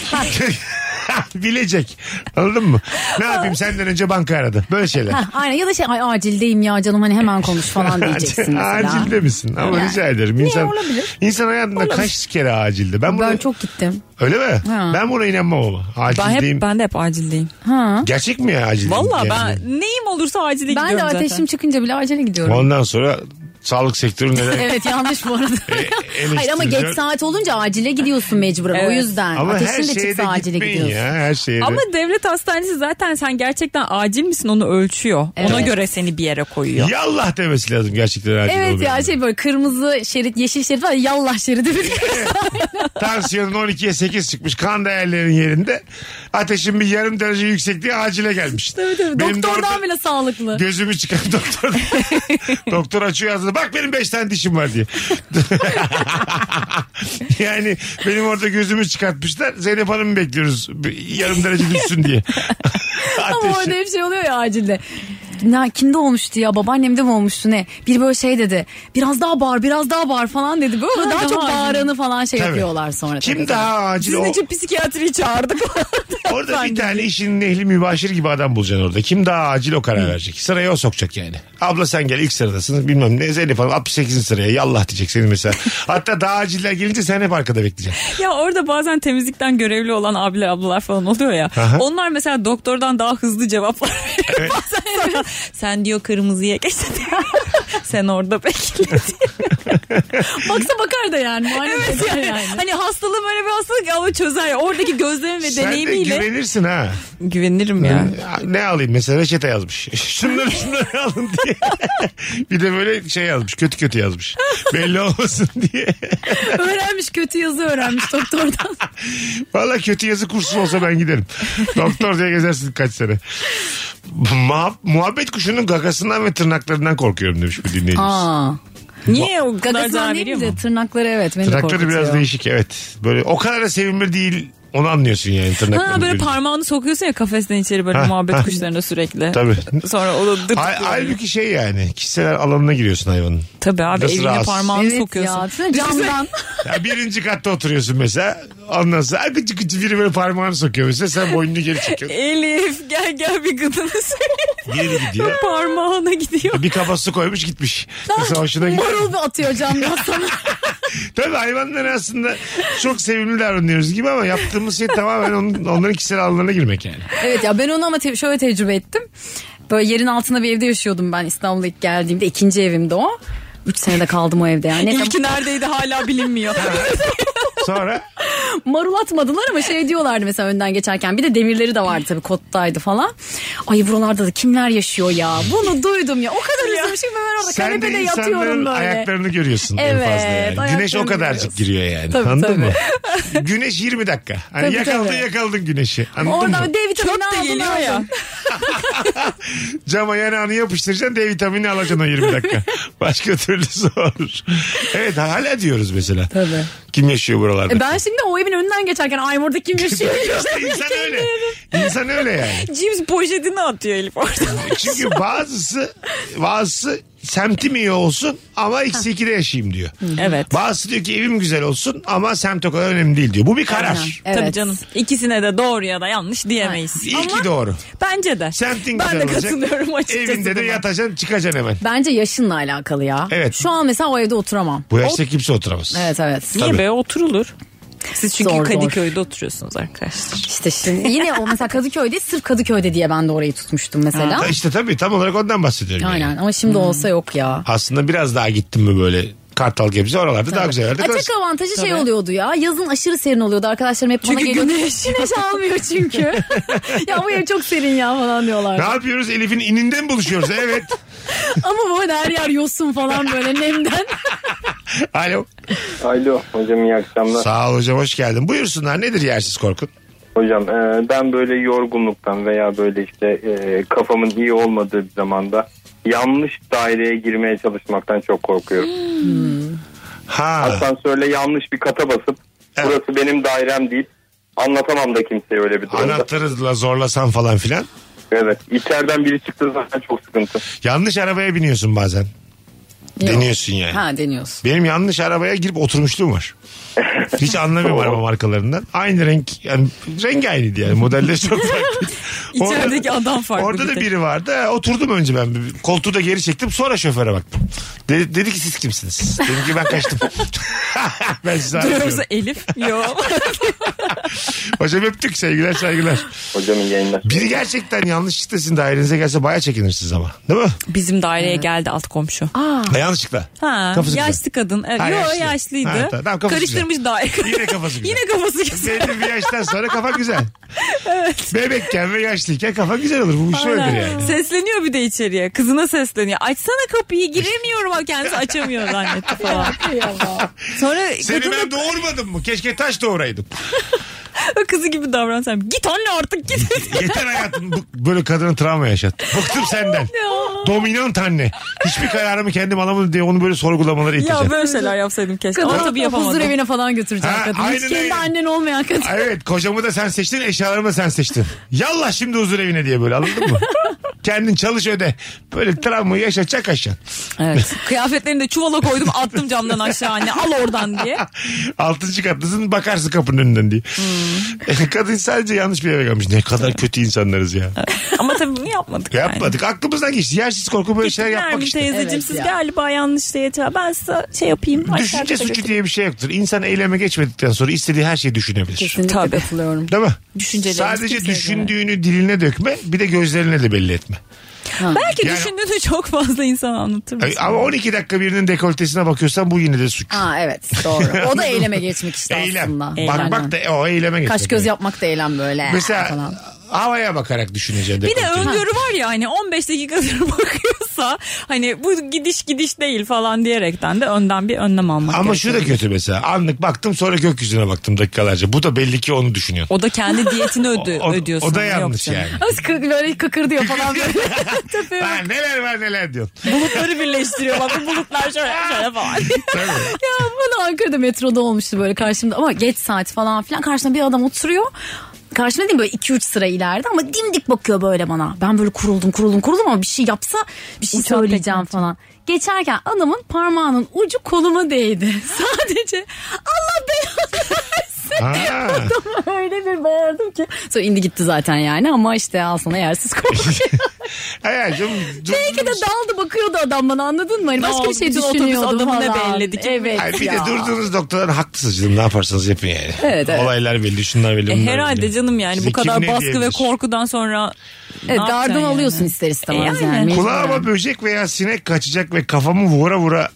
Speaker 1: Bilecek. Anladın mı? Ne yapayım senden önce banka aradı. Böyle şeyler.
Speaker 3: Ha, aynen ya da şey ay acildeyim ya canım hani hemen konuş falan diyeceksin mesela.
Speaker 1: acilde misin? Ama rica ederim. İnsan,
Speaker 3: olabilir?
Speaker 1: insan hayatında kaç kere acilde? Ben, buna,
Speaker 3: Ben çok gittim.
Speaker 1: Öyle mi?
Speaker 3: Ha.
Speaker 1: Ben buna inanmam ama.
Speaker 4: Ben
Speaker 1: Acildeyim.
Speaker 4: hep, ben de hep acildeyim.
Speaker 3: Ha.
Speaker 1: Gerçek mi ya acil?
Speaker 4: Vallahi
Speaker 1: Yani?
Speaker 4: ben neyim olursa acile
Speaker 3: Ben de
Speaker 4: gidiyorum
Speaker 3: ateşim
Speaker 4: zaten.
Speaker 3: çıkınca bile acele gidiyorum.
Speaker 1: Ondan sonra sağlık sektörü neden
Speaker 3: Evet yanlış bu arada. Hayır ama geç
Speaker 1: E, eleştiriliyor?
Speaker 3: saat olunca acile gidiyorsun mecburen. O
Speaker 4: Evet.
Speaker 3: yüzden
Speaker 1: Ama her
Speaker 3: ateşin de
Speaker 1: şeye de
Speaker 3: çıksa acile
Speaker 1: gitmeyin
Speaker 3: gidiyorsun.
Speaker 1: ya. Her şeye de.
Speaker 4: Ama devlet hastanesi zaten sen gerçekten acil misin onu ölçüyor. Ona
Speaker 3: Evet.
Speaker 4: göre seni bir yere koyuyor.
Speaker 1: Yallah demesi lazım gerçekten acil
Speaker 3: Evet
Speaker 1: olmayan.
Speaker 3: ya şey böyle kırmızı şerit, yeşil şerit var ya yallah şeridi.
Speaker 1: Tansiyonun 12'ye 8 çıkmış. Kan değerlerin yerinde. Ateşin bir yarım derece yüksek diye acile gelmiş.
Speaker 3: Tabii tabii.
Speaker 1: Benim de
Speaker 3: Doktordan
Speaker 1: orada
Speaker 3: bile sağlıklı.
Speaker 1: Gözümü çıkan doktor. doktor açıyor ağzını. Bak benim 5 tane dişim var diye. yani benim orada gözümü çıkartmışlar. Zeynep Hanım'ı bekliyoruz. Bir Yarım derece düşsün diye.
Speaker 3: Ama orada
Speaker 1: Ateşi.
Speaker 3: hep şey oluyor ya acilde. Ya kimde olmuştu ya babaannemde mi olmuştu ne? Bir böyle şey dedi. Biraz daha bağır biraz daha bağır falan dedi. Böyle daha, çok bağıranı falan şey
Speaker 1: Tabii.
Speaker 3: yapıyorlar sonra.
Speaker 1: Kim
Speaker 3: tabii.
Speaker 1: daha acil? O,
Speaker 4: psikiyatriyi çağırdık.
Speaker 1: orada bir tane işin ehli mübaşir gibi adam bulacaksın orada. Kim daha acil o karar verecek. Sıraya o sokacak yani. Abla sen gel ilk sıradasın bilmem ne. Zeynep Hanım 68. sıraya yallah diyecek senin mesela. Hatta daha aciller gelince sen hep arkada bekleyeceksin.
Speaker 4: Ya orada bazen temizlikten görevli olan abiler ablalar falan oluyor ya.
Speaker 1: Aha.
Speaker 4: Onlar mesela doktordan daha hızlı cevaplar veriyor. Bazen sonra, sen diyor kırmızıya geç diyor. Sen orada bekle diyor.
Speaker 3: Baksa bakar da yani. muayene
Speaker 4: Evet
Speaker 3: eder
Speaker 4: yani. Hani hastalığım öyle bir hastalık ama çözer ya. Oradaki gözlemim ve
Speaker 1: Sen de
Speaker 4: E, deneyimiyle.
Speaker 1: güvenirsin ha.
Speaker 4: Güvenirim ya.
Speaker 1: Ne alayım mesela reçete yazmış. Şunları şunları alın diye. bir de böyle şey yazmış kötü kötü yazmış. Belli olmasın diye.
Speaker 3: öğrenmiş kötü yazı öğrenmiş doktordan.
Speaker 1: Valla kötü yazı kursu olsa ben giderim. Doktor diye gezersin kaç sene. Muha- muhabbet kuşunun gagasından ve tırnaklarından korkuyorum demiş bir dinleyicimiz.
Speaker 3: Aa.
Speaker 4: Niye o kadar
Speaker 3: Gagasından
Speaker 4: zarar
Speaker 3: değil
Speaker 4: veriyor
Speaker 3: de
Speaker 4: mu?
Speaker 3: tırnakları evet beni de
Speaker 1: Tırnakları
Speaker 3: korkutuyor.
Speaker 1: biraz değişik evet. Böyle o kadar da sevimli değil Onu anlıyorsun yani tırnaklarını.
Speaker 4: Ha böyle
Speaker 1: görünce.
Speaker 4: parmağını sokuyorsun ya kafesten içeri böyle
Speaker 1: Ha, ha.
Speaker 4: muhabbet kuşlarına sürekli.
Speaker 1: Tabii.
Speaker 4: Sonra o da dırt
Speaker 1: Hal-
Speaker 4: diyor.
Speaker 1: Halbuki şey yani kişisel alanına giriyorsun hayvanın.
Speaker 4: Tabii abi
Speaker 1: Nasıl
Speaker 4: evine
Speaker 1: rahatsız?
Speaker 4: parmağını
Speaker 3: Evet
Speaker 4: sokuyorsun.
Speaker 3: ya. Düşünsene Camdan.
Speaker 1: Ya birinci katta oturuyorsun mesela. Ondan sonra gıcı gıcı biri böyle parmağını sokuyor mesela. Sen boynunu geri çekiyorsun.
Speaker 4: Elif gel gel bir gıdını söyle.
Speaker 1: Geri gidiyor.
Speaker 4: Parmağına gidiyor.
Speaker 1: Bir kafa su koymuş gitmiş. Mesela hoşuna gitti.
Speaker 3: Marul atıyor camdan sana.
Speaker 1: Tabii hayvanlara aslında çok sevimli davranıyoruz gibi ama yaptığımız şey tamamen onun, onların kişisel alanlarına girmek yani.
Speaker 3: Evet ya ben onu ama te- şöyle tecrübe ettim. Böyle yerin altında bir evde yaşıyordum ben İstanbul'a ilk geldiğimde. ikinci evimdi o. Üç senede kaldım o evde yani. Neyse,
Speaker 4: İlki neredeydi hala bilinmiyor.
Speaker 1: Sonra
Speaker 3: marul atmadılar ama şey diyorlardı mesela önden geçerken. Bir de demirleri de vardı tabii kottaydı falan. Ay buralarda da kimler yaşıyor ya. Bunu duydum ya. O kadar üzülmüşüm ki ben orada
Speaker 1: sen de
Speaker 3: kanepede
Speaker 1: insanların
Speaker 3: yatıyorum böyle.
Speaker 1: ayaklarını görüyorsun
Speaker 3: Evet,
Speaker 1: en fazla yani. Güneş o
Speaker 3: ayaklarını
Speaker 1: kadarcık giriyor yani.
Speaker 3: Tabii,
Speaker 1: Anladın
Speaker 3: tabii.
Speaker 1: mı? Güneş 20 dakika. Hani
Speaker 3: Tabii,
Speaker 1: yakaldın
Speaker 3: tabii.
Speaker 1: yakaldın güneşi. Anladın mı?
Speaker 3: Orada D vitamini
Speaker 4: Çok da
Speaker 3: aldın
Speaker 4: geliyor ya.
Speaker 3: aldın.
Speaker 1: Cama yanağını yapıştıracaksın D vitamini alacaksın o 20 dakika. Başka türlü zor. Evet hala diyoruz mesela.
Speaker 3: Tabii.
Speaker 1: Kim yaşıyor buralarda?
Speaker 3: E ben şey şimdi o evin önünden geçerken ay burada kim yaşıyor?
Speaker 1: İşte insan öyle. İnsan öyle yani.
Speaker 4: James poşetini atıyor Elif oradan.
Speaker 1: Çünkü bazısı bazısı semtim iyi olsun ama eksi 2'de yaşayayım diyor.
Speaker 4: Evet.
Speaker 1: Bazısı diyor ki evim güzel olsun ama semt o kadar önemli değil diyor. Bu bir karar.
Speaker 3: Evet.
Speaker 4: Tabii canım. İkisine de doğru ya da yanlış diyemeyiz.
Speaker 1: İyi
Speaker 4: Ama
Speaker 1: ki doğru.
Speaker 4: bence de.
Speaker 1: Semtin
Speaker 4: ben
Speaker 1: güzel
Speaker 4: de
Speaker 1: olacak.
Speaker 4: katılıyorum açıkçası.
Speaker 1: Evinde de
Speaker 4: buna.
Speaker 1: yatacaksın çıkacaksın hemen.
Speaker 3: Bence yaşınla alakalı ya.
Speaker 1: Evet.
Speaker 3: Şu an mesela o evde oturamam.
Speaker 1: Bu yaşta kimse oturamaz.
Speaker 3: Evet evet.
Speaker 4: Niye be oturulur. Siz çünkü
Speaker 3: Zor, zor.
Speaker 4: Kadıköy'de oturuyorsunuz arkadaşlar.
Speaker 3: İşte şimdi yine o mesela Kadıköy'de sırf Kadıköy'de diye ben de orayı tutmuştum mesela.
Speaker 1: Ta- İşte tabii tam olarak ondan bahsediyorum. yani.
Speaker 3: Aynen ama şimdi olsa yok ya.
Speaker 1: Aslında biraz daha gittim mi böyle Kartal Gebze oralarda daha güzel yerde
Speaker 3: Tek
Speaker 1: kalırsın.
Speaker 3: avantajı şey oluyordu ya yazın aşırı serin oluyordu arkadaşlarım hep bana
Speaker 4: Çünkü
Speaker 3: geliyordu.
Speaker 4: güneş.
Speaker 3: Güneş almıyor çünkü. ya bu ev çok serin ya falan
Speaker 1: Ne
Speaker 3: diyorlar.
Speaker 1: yapıyoruz? Elif'in ininden buluşuyoruz. Evet.
Speaker 3: Ama bu her yer yosun falan böyle nemden.
Speaker 1: Alo.
Speaker 8: Alo hocam iyi akşamlar.
Speaker 1: Sağ ol hocam hoş geldin. Buyursunlar nedir yersiz korkun?
Speaker 8: Hocam e, ben böyle yorgunluktan veya böyle işte e, kafamın iyi olmadığı bir zamanda yanlış daireye girmeye çalışmaktan çok korkuyorum.
Speaker 1: Ha.
Speaker 8: Asansörle yanlış bir kata basıp
Speaker 1: Evet.
Speaker 8: burası benim dairem deyip anlatamam da kimseye öyle bir durumda.
Speaker 1: Anahtarla zorlasan falan filan.
Speaker 8: Evet. İçeriden biri çıktı zaten çok sıkıntı.
Speaker 1: Yanlış arabaya biniyorsun bazen. Deniyorsun yani.
Speaker 3: ha deniyorsun.
Speaker 1: Benim yanlış arabaya girip oturmuşluğum var. Hiç anlamıyorum araba markalarından. Aynı renk yani rengi aynıydı yani modeller çok farklı.
Speaker 4: İçerideki adam farklı
Speaker 1: Orada
Speaker 4: bir
Speaker 1: da
Speaker 4: tek.
Speaker 1: biri vardı. Ha, Oturdum önce ben. Bir- Koltuğu da geri çektim sonra şoföre baktım. De- dedi ki siz kimsiniz? Dedim ki ben kaçtım. ben sizi aramıyorum.
Speaker 4: Diyorsa Elif yok.
Speaker 1: Hocam öptük sevgiler saygılar.
Speaker 8: Hocam iyi yayınlar.
Speaker 1: Biri gerçekten yanlışlıkla sizin dairenize gelse baya çekinirsiniz ama. Değil mi?
Speaker 4: Bizim daireye geldi alt komşu.
Speaker 1: Ha, yanlışlıkla.
Speaker 4: Ha,
Speaker 1: Kafası güzel.
Speaker 4: yaşlı kadın. Evet.
Speaker 1: Ha,
Speaker 4: Yo,
Speaker 1: yaşlı.
Speaker 4: yaşlıydı.
Speaker 1: Ha, tamam, tamam, kafası
Speaker 4: Karıştırmış daire.
Speaker 1: Yine kafası güzel.
Speaker 4: Yine kafası güzel.
Speaker 1: Belli bir yaştan sonra kafa güzel. Bebekken ve yaşlıyken kafa güzel olur. Bu bir şey öyledir yani.
Speaker 4: Sesleniyor bir de içeriye. Kızına sesleniyor. Açsana kapıyı giremiyorum. ama Kendisi açamıyor zannetti falan. Sonra
Speaker 1: Seni
Speaker 4: kadın da
Speaker 1: ben doğurmadım mı? Keşke taş doğuraydım.
Speaker 4: kızı gibi davransam. Git anne artık git.
Speaker 1: Yeter hayatım. Bu- Böyle kadının travma yaşat. Bıktım senden. Dominant anne. Hiçbir kararımı kendim alamadım diye onu böyle sorgulamaları
Speaker 4: ya
Speaker 1: iteceğim.
Speaker 4: böyle şeyler yapsaydım keşke. Ama
Speaker 3: Kadın
Speaker 4: tabii
Speaker 3: huzur
Speaker 4: yapamadım.
Speaker 3: evine falan götüreceğim
Speaker 1: Ha,
Speaker 3: kadını.
Speaker 1: aynen
Speaker 3: Hiç kendi
Speaker 1: öyle.
Speaker 3: annen olmayan kadın.
Speaker 1: Evet kocamı da sen seçtin eşyalarımı da sen seçtin. Yallah şimdi huzur evine diye böyle anladın mı? Kendin çalış öde. Böyle travmayı yaşa çak aşağı.
Speaker 4: Evet. Kıyafetlerini de çuvala koydum attım camdan aşağı anne al oradan diye.
Speaker 1: Altıncı katlısın bakarsın kapının önünden diye.
Speaker 3: Hmm.
Speaker 1: Kadın sadece yanlış bir eve gelmiş. Ne kadar kötü insanlarız ya.
Speaker 4: Ama tabii bunu yapmadık. yani.
Speaker 1: Yapmadık. Aklımızdan geçti. Yersiz korku böyle şeyler
Speaker 4: Nermin
Speaker 1: yapmak işte.
Speaker 4: teyzeciğim
Speaker 3: Evet
Speaker 4: siz
Speaker 3: ya.
Speaker 4: galiba yanlış şey yatağı. Ben size şey yapayım. aşağıda
Speaker 1: Düşünce suçu
Speaker 4: götüreyim.
Speaker 1: diye bir şey yoktur. İnsan eyleme geçmedikten sonra istediği her şeyi düşünebilir.
Speaker 3: Kesinlikle
Speaker 4: Tabii.
Speaker 3: katılıyorum.
Speaker 1: Değil mi?
Speaker 4: Düşüncelerimiz
Speaker 1: Sadece
Speaker 4: kimseye
Speaker 1: düşündüğünü diline dökme bir de gözlerine de belli etme.
Speaker 4: Belki
Speaker 1: Yani-
Speaker 4: düşündüğünü çok fazla insan anlatır
Speaker 1: Ay,
Speaker 4: mısın?
Speaker 1: Ama 12 dakika birinin dekoltesine bakıyorsan bu yine de suç.
Speaker 3: Ha evet doğru. O da eyleme geçmek işte
Speaker 1: Eylem.
Speaker 3: aslında.
Speaker 1: Bak
Speaker 3: Aynen.
Speaker 1: bak da e, o eyleme geçmek.
Speaker 3: Kaş göz
Speaker 1: Evet.
Speaker 3: yapmak da eylem böyle.
Speaker 1: Mesela
Speaker 3: falan.
Speaker 1: havaya bakarak düşüneceğim.
Speaker 4: Bir de
Speaker 1: dekolteyi.
Speaker 4: öngörü var ya hani 15 dakikadır bakıyorsa hani bu gidiş gidiş değil falan diyerekten de önden bir önlem almak
Speaker 1: Ama
Speaker 4: gerekiyor.
Speaker 1: şu da kötü mesela. Anlık baktım sonra gökyüzüne baktım dakikalarca. Bu da belli ki onu düşünüyor.
Speaker 4: O da kendi diyetini ödü,
Speaker 1: O,
Speaker 4: ödüyor
Speaker 1: o da
Speaker 4: sana.
Speaker 1: yanlış
Speaker 4: Yok canım.
Speaker 1: yani.
Speaker 3: Az kı- böyle kıkır diyor falan böyle. Tepeye bak.
Speaker 1: Ha, neler var neler diyor.
Speaker 4: Bulutları birleştiriyor bak bu bulutlar şöyle şöyle falan.
Speaker 1: Tabii.
Speaker 3: Ya bana Ankara'da metroda olmuştu böyle karşımda ama geç saat falan filan karşımda bir adam oturuyor. Karşımda değil mi? böyle 2-3 sıra ileride ama dimdik bakıyor böyle bana. Ben böyle kuruldum kuruldum kuruldum ama bir şey yapsa bir şey
Speaker 4: Uçan
Speaker 3: söyleyeceğim
Speaker 4: tekme.
Speaker 3: falan. Geçerken adamın parmağının ucu koluma değdi. Sadece Allah belanı
Speaker 1: Ha.
Speaker 3: versin. öyle bir bağırdım ki. Sonra indi gitti zaten yani ama işte al sana yersiz korkuyor.
Speaker 1: Hayatım, dur-
Speaker 3: Belki de daldı bakıyordu adam bana anladın mı? Hani
Speaker 4: Ne
Speaker 3: başka bir
Speaker 4: oldu?
Speaker 3: şey
Speaker 4: Bütün otobüs
Speaker 3: düşünüyordu
Speaker 4: adamı ne
Speaker 3: falan.
Speaker 4: belledi ki?
Speaker 3: Evet
Speaker 1: Ay, bir de
Speaker 3: ya.
Speaker 1: durduğunuz noktadan haklısınız canım. Ne yaparsanız yapın yani.
Speaker 3: Evet, evet.
Speaker 1: Olaylar belli, şunlar belli.
Speaker 4: E,
Speaker 1: bunlar
Speaker 4: herhalde
Speaker 1: belli.
Speaker 4: canım yani
Speaker 1: Size
Speaker 4: bu kadar
Speaker 1: kim ne
Speaker 4: baskı ve
Speaker 1: diyebilir?
Speaker 4: korkudan sonra ne
Speaker 3: Evet,
Speaker 4: yapacaksın
Speaker 3: gardın
Speaker 4: yani?
Speaker 3: E, alıyorsun ister istemez
Speaker 4: E, aynen.
Speaker 3: yani.
Speaker 1: Kulağıma
Speaker 3: mecburen.
Speaker 1: böcek veya sinek kaçacak ve kafamı vura vura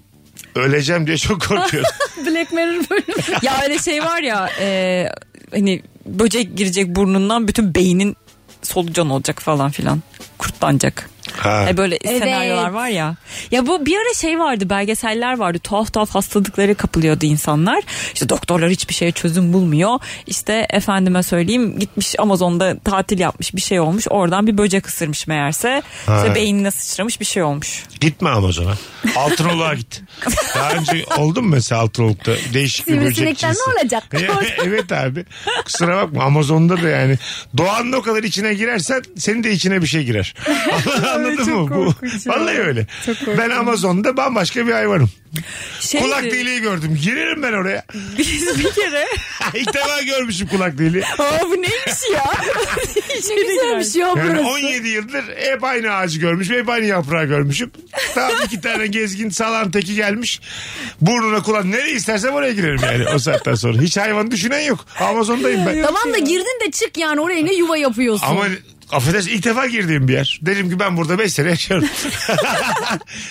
Speaker 1: öleceğim diye çok korkuyorum.
Speaker 3: Black Mirror bölümü.
Speaker 4: Ya öyle şey var ya e, hani böcek girecek burnundan bütün beynin solucan olacak falan filan. Kurtlanacak.
Speaker 1: ha.
Speaker 4: E, böyle
Speaker 3: Evet.
Speaker 4: senaryolar var ya. Ya bu bir ara şey vardı belgeseller vardı. Tuhaf tuhaf hastalıklara kapılıyordu insanlar. İşte doktorlar hiçbir şeye çözüm bulmuyor. İşte efendime söyleyeyim gitmiş Amazon'da tatil yapmış bir şey olmuş. Oradan bir böcek ısırmış meğerse.
Speaker 1: Ha.
Speaker 4: İşte beynine sıçramış bir şey olmuş.
Speaker 1: Gitme Amazon'a. Altınoluk'a git. Daha önce oldu mu mesela Altınoluk'ta değişik bir böcek
Speaker 3: Sivrisinekten
Speaker 1: cinsi?
Speaker 3: ne olacak?
Speaker 1: evet abi. Kusura bakma Amazon'da da yani doğanın o kadar içine girersen senin de içine bir şey girer. Anladın mı? Bu, vallahi öyle. Ben Amazon'da bambaşka bir hayvanım.
Speaker 4: Şey
Speaker 1: Kulak deliği gördüm. Girerim ben oraya.
Speaker 4: Biz bir kere.
Speaker 1: İlk defa görmüşüm kulak deliği.
Speaker 4: Aa bu neymiş ya?
Speaker 3: Ne şey güzelmiş ya
Speaker 1: Yani
Speaker 3: burası.
Speaker 1: 17 yıldır hep aynı ağacı görmüş ve hep aynı yaprağı görmüşüm. Tam iki tane gezgin salan teki gelmiş. Burnuna kulak nereye istersem oraya girerim yani o saatten sonra. Hiç hayvan düşünen yok. Amazon'dayım ben.
Speaker 3: Tamam da girdin de çık yani oraya ne yuva yapıyorsun.
Speaker 1: Ama affedersin ilk defa girdiğim bir yer. Dedim ki ben burada 5 sene yaşıyorum.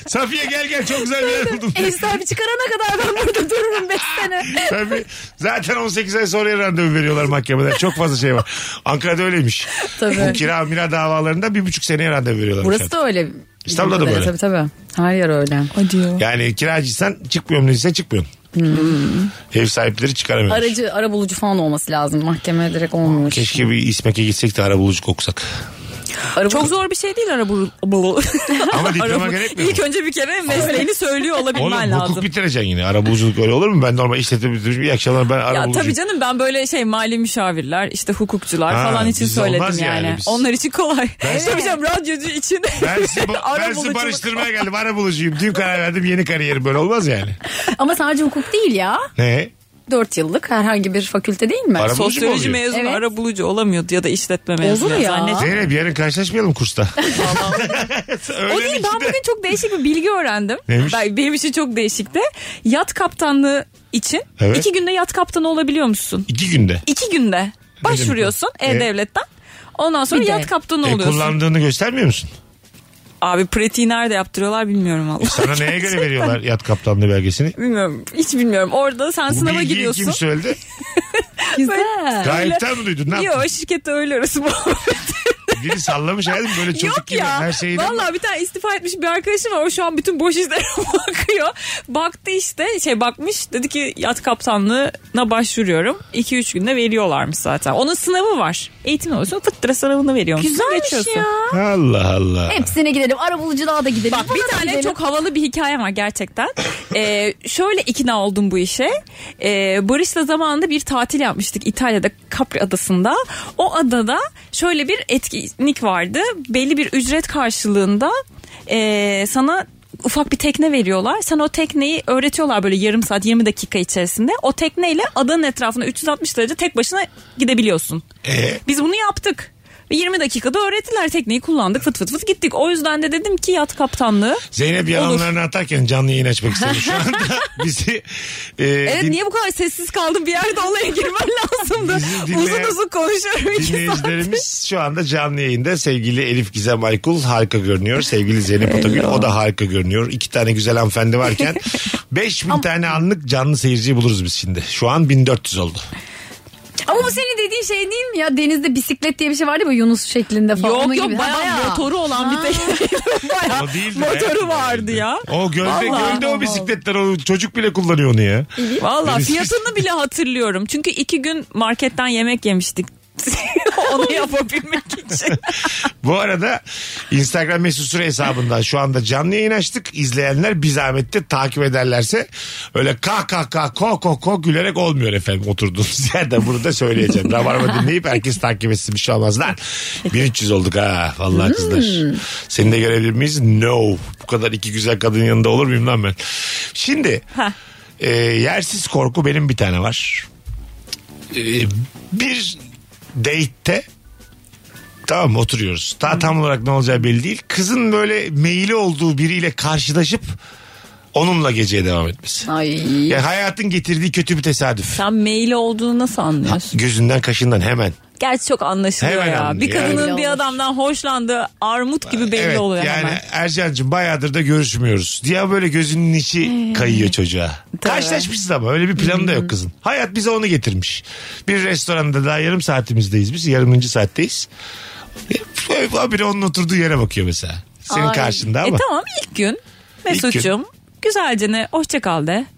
Speaker 1: Safiye gel gel çok güzel bir yer buldum.
Speaker 3: Ev sahibi çıkarana kadar ben burada dururum 5 sene.
Speaker 1: Tabii. Zaten 18 ay sonra randevu veriyorlar mahkemeden. Çok fazla şey var. Ankara'da öyleymiş.
Speaker 3: Tabii.
Speaker 1: Bu kira mira davalarında bir buçuk seneye randevu veriyorlar.
Speaker 3: Burası da öyle.
Speaker 1: İstanbul'da da böyle.
Speaker 3: Tabii tabii. Her yer öyle.
Speaker 4: Acıyor.
Speaker 1: Yani kiracıysan çıkmıyorum dediyse çıkmıyorsun.
Speaker 4: Hmm.
Speaker 1: Ev sahipleri çıkaramıyor.
Speaker 3: Aracı, ara bulucu falan olması lazım. Mahkeme direkt olmuyor.
Speaker 1: Keşke bir İsmek'e gitsek de ara bulucu koksak.
Speaker 3: Ara
Speaker 4: Çok zor bir şey değil ara bu. bu-
Speaker 1: Ama diploma
Speaker 4: Ara bu-
Speaker 1: gerekmiyor mu?
Speaker 4: İlk önce bir kere mesleğini söylüyor
Speaker 1: Oğlum
Speaker 4: olabilmen lazım.
Speaker 1: hukuk bitireceksin yine. Ara buluculuk öyle olur mu? Ben normal işletme bitirmişim. İyi akşamlar ben ara
Speaker 4: Ya
Speaker 1: bulucuyum.
Speaker 4: tabii canım ben böyle şey mali müşavirler işte hukukçular
Speaker 1: Ha,
Speaker 4: falan için
Speaker 1: biz olmaz
Speaker 4: söyledim
Speaker 1: yani
Speaker 4: yani.
Speaker 1: biz.
Speaker 4: Onlar için kolay.
Speaker 1: Evet.
Speaker 4: Tabii canım radyocu için.
Speaker 1: Ben sizi,
Speaker 4: Ara
Speaker 1: ben sizi
Speaker 4: buluculuk.
Speaker 1: barıştırmaya geldim. Ara bulucuyum. Dün karar verdim. Yeni kariyerim böyle olmaz yani.
Speaker 3: Ama sadece hukuk değil ya.
Speaker 1: Ne?
Speaker 3: 4 yıllık herhangi bir fakülte değil mi?
Speaker 1: Ara bulucu mu
Speaker 4: Sosyoloji
Speaker 1: oluyor?
Speaker 4: mezunu
Speaker 3: Evet.
Speaker 4: ara bulucu olamıyordu ya da işletme mezunu.
Speaker 3: Olur ya.
Speaker 4: zannediyorum.
Speaker 1: Zeynep yarın karşılaşmayalım kursta. Öyle
Speaker 4: O değil ben bugün çok değişik bir bilgi öğrendim.
Speaker 1: Neymiş?
Speaker 4: Ben, benim için çok değişikti. Yat kaptanlığı için
Speaker 1: Evet.
Speaker 4: iki günde yat kaptanı olabiliyor musun?
Speaker 1: İki günde.
Speaker 4: İki günde başvuruyorsun
Speaker 1: E?
Speaker 4: E-Devlet'ten. Ondan sonra
Speaker 3: Bir de.
Speaker 4: yat kaptanı
Speaker 1: E,
Speaker 4: oluyorsun.
Speaker 1: kullandığını göstermiyor musun?
Speaker 4: Abi pratiği nerede yaptırıyorlar bilmiyorum valla.
Speaker 1: E, Sana neye göre veriyorlar yat kaptanlığı belgesini?
Speaker 4: Bilmiyorum. Hiç bilmiyorum. Orada sen
Speaker 1: Bu
Speaker 4: sınava
Speaker 1: bilgiyi
Speaker 4: giriyorsun.
Speaker 1: kim söyledi?
Speaker 3: Güzel.
Speaker 1: Gayipten mi duydun? Ne yaptın?
Speaker 4: Yok şirkette öyle arası muhabbeti
Speaker 1: Biri sallamış hayatım böyle çocuk
Speaker 4: yok
Speaker 1: gibi
Speaker 4: ya.
Speaker 1: her şeyi.
Speaker 4: Valla bir tane istifa etmiş bir arkadaşım var. O şu an bütün boş işlere bakıyor. Baktı işte şey bakmış. Dedi ki yat kaptanlığına başvuruyorum. 2-3 günde veriyorlarmış zaten. Onun sınavı var. Eğitim alıyorsun. Fıttıra sınavını veriyormuş.
Speaker 3: Güzelmiş
Speaker 4: Geçiyorsun.
Speaker 3: ya.
Speaker 1: Allah Allah.
Speaker 3: Hepsine gidelim. Ara buluculuğa da gidelim.
Speaker 4: Bak bir
Speaker 3: Buna da
Speaker 4: tane
Speaker 3: gidelim.
Speaker 4: çok havalı bir hikayem var gerçekten. Ee, şöyle ikna oldum bu işe. Ee, Barış'la zamanında bir tatil yapmıştık İtalya'da Capri adasında. O adada şöyle bir etkinlik vardı. Belli bir ücret karşılığında ee, sana ufak bir tekne veriyorlar. Sen o tekneyi öğretiyorlar böyle yarım saat 20 dakika içerisinde. O tekneyle adanın etrafına 360 derece tek başına gidebiliyorsun.
Speaker 1: Ee?
Speaker 4: Biz bunu yaptık. Ve 20 dakikada öğrettiler tekneyi kullandık fıt fıt fıt gittik. O yüzden de dedim ki yat kaptanlığı.
Speaker 1: Zeynep yalanlarını atarken canlı yayın açmak istedim şu anda. Bizi e,
Speaker 4: Evet
Speaker 1: din-
Speaker 4: niye bu kadar sessiz kaldım bir yerde olaya girmen lazımdı.
Speaker 1: Bizi dinleyen-
Speaker 4: uzun uzun konuşuyorum iki saat.
Speaker 1: dinleyicilerimiz şu anda canlı yayında. Sevgili Elif Gizem Aykul harika görünüyor. Sevgili Zeynep Otagül o da harika görünüyor. İki tane güzel hanımefendi varken 5000 tane anlık canlı seyirciyi buluruz biz şimdi. Şu an 1400 oldu.
Speaker 3: Ama bu senin dediğin şey değil mi ya? Denizde bisiklet diye bir şey vardı mı? Yunus şeklinde falan. onun
Speaker 4: Yok yok
Speaker 3: gibi. Ha,
Speaker 4: bayağı, motoru olan bir tek
Speaker 1: O değil de.
Speaker 4: motoru vardı ya.
Speaker 1: O gölde,
Speaker 4: Vallahi.
Speaker 1: gölde o bisikletler o çocuk bile kullanıyor onu ya.
Speaker 4: Valla
Speaker 1: Deniz-
Speaker 4: fiyatını bile hatırlıyorum. Çünkü iki gün marketten yemek yemiştik. Onu yapabilmek için.
Speaker 1: Bu arada Instagram mesut süre hesabından şu anda canlı yayın açtık. İzleyenler bir zahmet de takip ederlerse öyle kah kah kah ko ko ko gülerek olmuyor efendim oturduğunuz yerde. Bunu da söyleyeceğim. Rabarba dinleyip herkes takip etsin bir şey olmaz lan. 1300 olduk ha vallahi kızlar. Seni de görebilir miyiz? No. Bu kadar iki güzel kadın yanında olur muyum lan ben? Şimdi e, yersiz korku benim bir tane var. E, bir date'te Tamam mı? oturuyoruz. Daha tam olarak ne olacağı belli değil. Kızın böyle meyili olduğu biriyle karşılaşıp onunla geceye devam etmesi.
Speaker 3: Ay.
Speaker 1: Yani hayatın getirdiği kötü bir tesadüf.
Speaker 4: Sen meyli olduğunu nasıl anlıyorsun?
Speaker 1: Gözünden kaşından hemen.
Speaker 4: Gerçi çok anlaşılıyor
Speaker 1: Hemen
Speaker 4: ya.
Speaker 1: anlıyor.
Speaker 4: Bir kadının
Speaker 3: Belli
Speaker 4: bir
Speaker 3: olur.
Speaker 4: adamdan hoşlandığı armut gibi belli
Speaker 1: evet,
Speaker 4: oluyor
Speaker 1: yani
Speaker 4: hemen.
Speaker 1: Ercan'cığım bayağıdır da görüşmüyoruz. Diye böyle gözünün içi kayıyor çocuğa.
Speaker 4: Tabii.
Speaker 1: Karşılaşmışsınız ama öyle bir planı da yok kızın. Hayat bize onu getirmiş. Bir restoranda daha yarım saatimizdeyiz biz. Yarımıncı saatteyiz. E, Habire onun oturduğu yere bakıyor mesela. Senin
Speaker 3: Ay.
Speaker 1: karşında ama.
Speaker 4: E tamam ilk gün Mesut'cum güzelce ne hoşça kal de.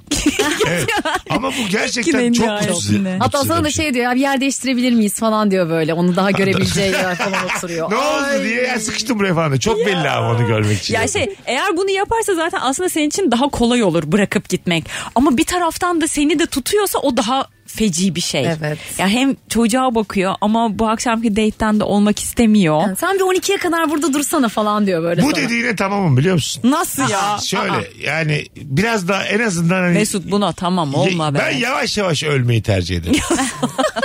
Speaker 1: Evet. Ama bu gerçekten
Speaker 4: İlkinin
Speaker 1: çok
Speaker 4: nihayetinde.
Speaker 1: mutsuz.
Speaker 3: Hatta
Speaker 1: mutsuz
Speaker 3: sana da
Speaker 1: bir
Speaker 3: şey diyor ya bir yer değiştirebilir miyiz falan diyor böyle. Onu daha görebileceği yer falan oturuyor.
Speaker 1: Ne
Speaker 4: şey-
Speaker 3: Ay.
Speaker 1: oldu diye ya sıkıştım buraya falan. diye. Çok belli ama onu görmek için.
Speaker 4: Ya şey eğer bunu yaparsa zaten aslında senin için daha kolay olur bırakıp gitmek. Ama bir taraftan da seni de tutuyorsa o daha feci bir şey.
Speaker 3: Evet.
Speaker 4: Ya hem çocuğa bakıyor ama bu akşamki date'ten de olmak istemiyor.
Speaker 3: Yani sen bir 12'ye kadar burada dursana falan diyor böyle.
Speaker 1: bu
Speaker 3: sana.
Speaker 1: dediğine tamamım biliyor musun?
Speaker 4: Nasıl ya?
Speaker 1: Şöyle
Speaker 4: Aa,
Speaker 1: yani biraz daha en azından hani
Speaker 4: Mesut buna tamam olma be.
Speaker 1: ben yavaş yavaş ölmeyi tercih ederim.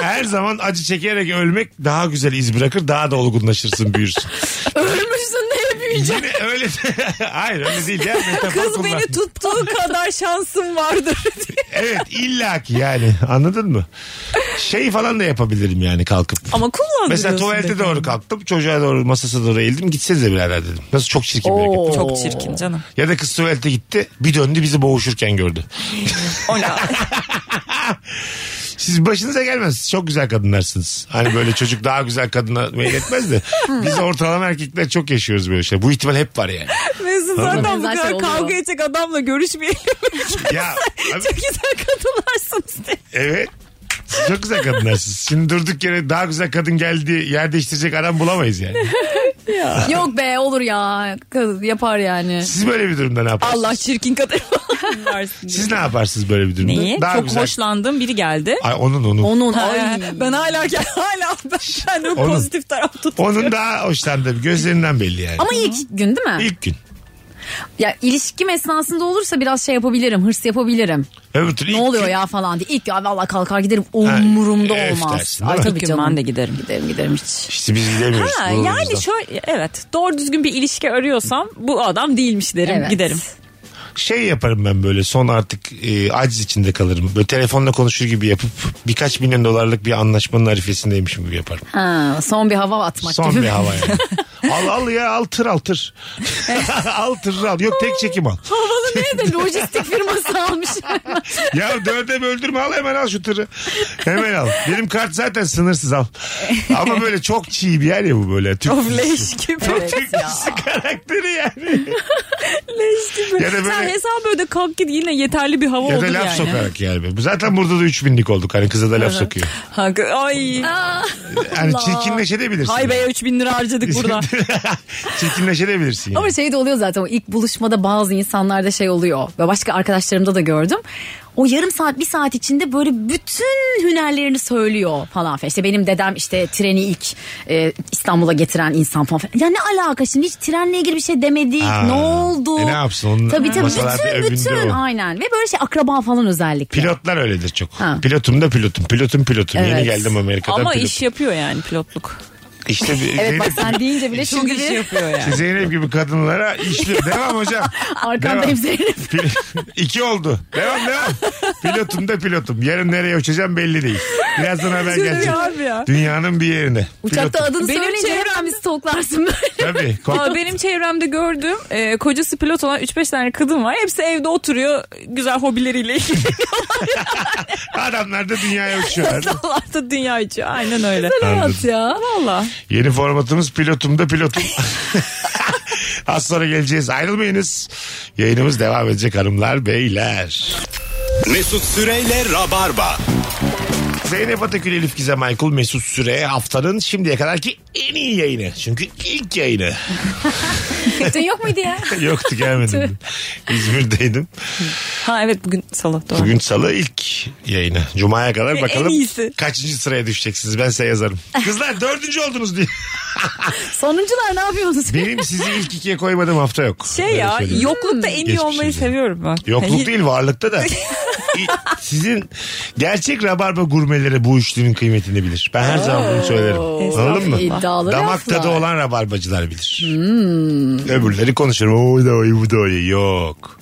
Speaker 1: Her zaman acı çekerek ölmek daha güzel iz bırakır, daha da olgunlaşırsın, büyürsün.
Speaker 4: Ölmüşsün neye büyüyecek?
Speaker 1: Yine öyle Hayır öyle değil ya. metafor
Speaker 4: Kız
Speaker 1: kullan.
Speaker 4: beni tuttuğu kadar şansım vardır.
Speaker 1: Evet illaki yani anladın mı? Şey falan da yapabilirim yani kalkıp.
Speaker 4: ama kullandırıyorsun.
Speaker 1: Mesela tuvalete
Speaker 4: beyefendi.
Speaker 1: doğru kalktım. Çocuğa doğru masasına doğru eğildim. Gitsenize birader dedim. Nasıl çok çirkin bir hareket.
Speaker 4: Çok çirkin canım.
Speaker 1: Ya da kız tuvalete gitti. Bir döndü bizi boğuşurken gördü.
Speaker 4: O ne?
Speaker 1: Siz başınıza gelmez. Çok güzel kadınlarsınız. Hani böyle çocuk daha güzel kadına meyletmez de. Biz ortalama erkekler çok yaşıyoruz böyle şey. Bu ihtimal hep var yani.
Speaker 4: Mesut
Speaker 1: Anladın
Speaker 4: zaten bu
Speaker 3: Zaten
Speaker 4: kadar
Speaker 3: oluyor.
Speaker 4: kavga edecek adamla görüşmeyelim.
Speaker 1: Ya
Speaker 4: Çok güzel kadınlarsınız diye.
Speaker 1: evet. Siz çok güzel kadınlarsınız. Şimdi durduk yere daha güzel kadın geldi yer değiştirecek adam bulamayız yani.
Speaker 3: Yok be olur ya. Kız yapar yani.
Speaker 1: Siz böyle bir durumda ne yaparsınız?
Speaker 4: Allah çirkin kadın varsın. diye.
Speaker 1: Siz ne yaparsınız böyle bir durumda?
Speaker 4: Neyi?
Speaker 1: Daha
Speaker 4: Çok
Speaker 1: güzel.
Speaker 4: hoşlandığım biri geldi.
Speaker 1: Ay onun onun.
Speaker 3: Onun
Speaker 4: Ha,
Speaker 3: ay.
Speaker 4: ben hala hala ben, ben o
Speaker 1: Onun-
Speaker 4: pozitif taraf tutuyorum.
Speaker 1: Onun daha hoşlandığım gözlerinden belli yani.
Speaker 3: Ama ilk gün değil mi?
Speaker 1: İlk gün.
Speaker 3: Ya ilişkim esnasında olursa biraz şey yapabilirim, hırs yapabilirim.
Speaker 1: Öbür türlü
Speaker 3: Ne
Speaker 1: ilk
Speaker 3: oluyor
Speaker 1: gün- e,
Speaker 3: ya falan diye. İlk ya valla kalkar giderim umurumda
Speaker 1: öf
Speaker 3: olmaz.
Speaker 1: dersin, değil
Speaker 3: Ay
Speaker 1: mi?
Speaker 3: tabii
Speaker 4: İlk gün
Speaker 3: canım.
Speaker 4: ben de giderim.
Speaker 3: Giderim giderim hiç.
Speaker 1: İşte biz gidemiyoruz.
Speaker 4: Ha,
Speaker 1: bu
Speaker 4: yani
Speaker 1: yüzden.
Speaker 4: şöyle evet doğru düzgün bir ilişki arıyorsam bu adam değilmiş derim
Speaker 3: Evet.
Speaker 4: giderim.
Speaker 1: Şey yaparım ben böyle son artık e, aciz içinde kalırım. Böyle telefonla konuşur gibi yapıp birkaç milyon dolarlık bir anlaşmanın arifesindeymişim gibi yaparım.
Speaker 3: Ha, son bir hava atmak
Speaker 1: son
Speaker 3: gibi.
Speaker 1: bir hava yani. al al ya al tır al tır. al tır al. Yok tek çekim al.
Speaker 3: Havalı ne de lojistik firması almış.
Speaker 1: Ya dörde böldürme al hemen al şu tırı. Hemen al. Benim kart zaten sınırsız al. Ama böyle çok çiğ bir yer ya bu böyle. Türk
Speaker 4: Of
Speaker 1: dizisi.
Speaker 4: leş gibi.
Speaker 1: Çok Türk dizisi karakteri yani.
Speaker 4: leş gibi.
Speaker 1: Ya da
Speaker 4: Sen
Speaker 1: böyle-
Speaker 4: hesabı öde kalk git yine yeterli bir hava
Speaker 1: ya da
Speaker 4: olur
Speaker 1: laf
Speaker 4: yani.
Speaker 1: sokarak yani. Zaten burada da üç binlik olduk. Hani kıza da laf sokuyor.
Speaker 4: Ha, ay.
Speaker 1: Yani çirkinleşebilirsin.
Speaker 4: Hay be 3000 lira harcadık burada.
Speaker 1: Çirkinleşebilirsin. yani.
Speaker 3: Ama şey de oluyor zaten o ilk buluşmada bazı insanlarda şey oluyor. Ve başka arkadaşlarımda da gördüm. O yarım saat bir saat içinde böyle bütün hünerlerini söylüyor falan. filan. İşte benim dedem işte treni ilk e, İstanbul'a getiren insan falan. filan. Ya ne alaka şimdi hiç trenle ilgili bir şey demedik.
Speaker 1: Ha.
Speaker 3: Ne oldu?
Speaker 1: E ne yapsın? Onun
Speaker 3: tabii tabii
Speaker 1: masalarda
Speaker 3: bütün
Speaker 1: övündü
Speaker 3: bütün
Speaker 1: o.
Speaker 3: aynen. Ve böyle şey akraba falan özellikle.
Speaker 1: Pilotlar öyledir çok.
Speaker 3: Ha.
Speaker 1: Pilotum da pilotum. Pilotum pilotum. Yeni
Speaker 3: Evet.
Speaker 1: geldim Amerika'dan
Speaker 4: Ama
Speaker 1: pilotum.
Speaker 4: iş yapıyor yani pilotluk.
Speaker 1: İşte bir-
Speaker 3: Evet
Speaker 1: Zeynep,
Speaker 3: bak sen deyince bile
Speaker 4: Çok
Speaker 3: şimdi
Speaker 4: iş
Speaker 3: bir
Speaker 4: yapıyor yani.
Speaker 1: Zeynep gibi kadınlara işliyor. Devam hocam.
Speaker 3: arkandayım
Speaker 1: Devam.
Speaker 3: Zeynep.
Speaker 1: Pil- İki oldu. Devam devam. Pilotum da pilotum. Yarın nereye uçacağım belli değil. Birazdan haber gelecek.
Speaker 4: abi ya.
Speaker 1: Dünyanın bir yerine.
Speaker 3: Uçakta
Speaker 1: Pilotum.
Speaker 3: adını
Speaker 4: Benim
Speaker 3: söyleyince hemen
Speaker 4: çevremde-
Speaker 3: bizi toklarsın böyle.
Speaker 1: Tabii. Kork-
Speaker 4: Aa, benim çevremde gördüğüm e, kocası pilot olan 3-5 tane kadın var. Hepsi evde oturuyor güzel hobileriyle ilgili.
Speaker 1: Adamlar da dünyaya uçuyorlar.
Speaker 4: Allah da dünya içi. Aynen öyle.
Speaker 1: hayat
Speaker 4: ya. Valla.
Speaker 1: Yeni formatımız pilotumda pilotum. Az sonra geleceğiz. Ayrılmayınız. Yayınımız devam edecek hanımlar beyler.
Speaker 7: Mesut Süreyle Rabarba.
Speaker 1: Zeynep Atakül, Elif Gizem Aykul, Mesut Süre haftanın şimdiye kadarki en iyi yayını. Çünkü ilk yayını.
Speaker 3: Dün yok muydu ya?
Speaker 1: Yoktu gelmedim. İzmir'deydim.
Speaker 4: Ha evet bugün salı. Doğru.
Speaker 1: Bugün salı ilk yayını. Cuma'ya kadar bakalım
Speaker 4: iyisi.
Speaker 1: kaçıncı sıraya düşeceksiniz ben size yazarım. Kızlar dördüncü oldunuz diye.
Speaker 3: Sonuncular ne yapıyorsunuz?
Speaker 1: Benim sizi ilk ikiye koymadığım hafta yok.
Speaker 4: Şey
Speaker 1: Öyle
Speaker 4: ya
Speaker 1: söyleyeyim.
Speaker 4: yoklukta en
Speaker 1: Geçmiş
Speaker 4: iyi olmayı
Speaker 1: şey.
Speaker 4: seviyorum ben.
Speaker 1: Yokluk değil varlıkta da. İ- Sizin gerçek rabarba gurmeleri bu üçlünün kıymetini bilir. Ben her zaman bunu söylerim. Anladın mı?
Speaker 3: İddialı
Speaker 1: Damak
Speaker 3: laflar.
Speaker 1: tadı olan rabarbacılar bilir.
Speaker 4: Hmm.
Speaker 1: Öbürleri konuşur. O da o bu da o. Yok.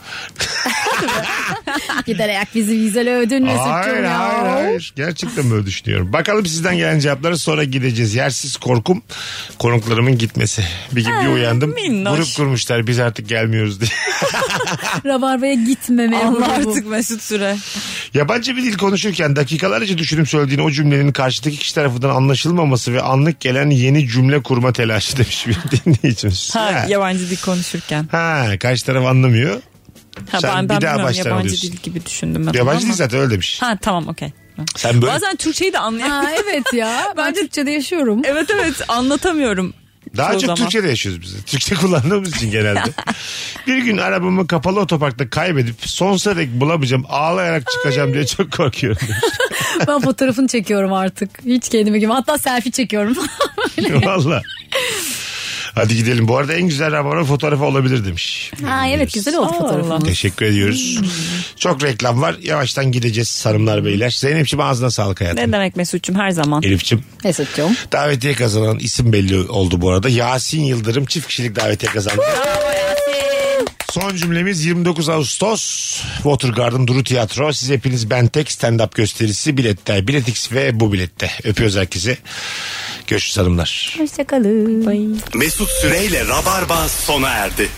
Speaker 3: Gider ayak bizi vizel övdün
Speaker 1: Hayır hayır
Speaker 3: Mesut'cum ya.
Speaker 1: hayır. Gerçekten böyle düşünüyorum. Bakalım sizden gelen cevaplara sonra gideceğiz. Yersiz korkum konuklarımın gitmesi. Bir gün bir uyandım.
Speaker 4: minnoş.
Speaker 1: Grup kurmuşlar biz artık gelmiyoruz diye.
Speaker 3: Rabarbaya gitmemeye
Speaker 4: Allah
Speaker 3: grubu.
Speaker 4: artık Mesut Süre.
Speaker 1: Yabancı bir dil konuşurken dakikalarca düşünüp söylediğin o cümlenin karşıdaki kişi tarafından anlaşılmaması ve anlık gelen yeni cümle kurma telaşı demiş bir dinleyicimiz.
Speaker 4: Ha,
Speaker 1: Ha,
Speaker 4: yabancı dil konuşurken.
Speaker 1: ha, karşı taraf anlamıyor.
Speaker 4: Ha,
Speaker 1: Sen
Speaker 4: ben,
Speaker 1: bir
Speaker 4: ben
Speaker 1: daha
Speaker 4: bilmiyorum
Speaker 1: baştan
Speaker 4: yabancı
Speaker 1: alıyorsun.
Speaker 4: dil gibi düşündüm ben.
Speaker 1: Yabancı
Speaker 4: tamam
Speaker 1: değil
Speaker 4: mı?
Speaker 1: zaten öyle demiş.
Speaker 4: Ha tamam okey.
Speaker 1: Sen böyle
Speaker 4: Bazen Türkçeyi de anlayamıyorum.
Speaker 3: Ha evet ya. Ben Türkçe'de yaşıyorum.
Speaker 4: Evet evet anlatamıyorum.
Speaker 1: Daha çok
Speaker 4: çoğu zaman.
Speaker 1: Türkçe'de yaşıyoruz biz. de. Türkçe kullandığımız için genelde. bir gün arabamı kapalı otoparkta kaybedip sonsuza dek bulamayacağım ağlayarak çıkacağım diye çok korkuyorum.
Speaker 3: Ben fotoğrafını çekiyorum artık. Hiç kendime gibi. Hatta selfie çekiyorum.
Speaker 1: Valla. Hadi gidelim. Bu arada en güzel arabamın fotoğrafı olabilir demiş.
Speaker 3: ha evet güzel Hmm. oldu fotoğrafın.
Speaker 1: Teşekkür ediyoruz. Çok reklam var. Yavaştan gideceğiz hanımlar beyler. Zeynep'ciğim ağzına sağlık hayatım.
Speaker 4: Ne demek Mesut'cum her zaman.
Speaker 1: Elif'ciğim
Speaker 3: Mesut'cum.
Speaker 1: davetiye kazanan isim belli oldu bu arada. Yasin Yıldırım çift kişilik davetiye kazandı. Son cümlemiz 29 Ağustos Watergarden Duru Tiyatro. Siz hepiniz Ben Tek stand-up gösterisi bilette. Biletix ve bu bilette. Öpüyoruz herkese. Görüşürüz hanımlar.
Speaker 3: Hoşçakalın.
Speaker 7: Mesut Süreyle Rabarba sona erdi.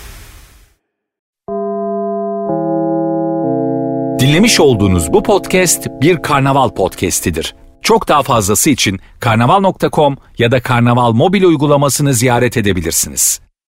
Speaker 9: Dinlemiş olduğunuz bu podcast bir karnaval podcastidir. Çok daha fazlası için karnaval.com ya da karnaval mobil uygulamasını ziyaret edebilirsiniz.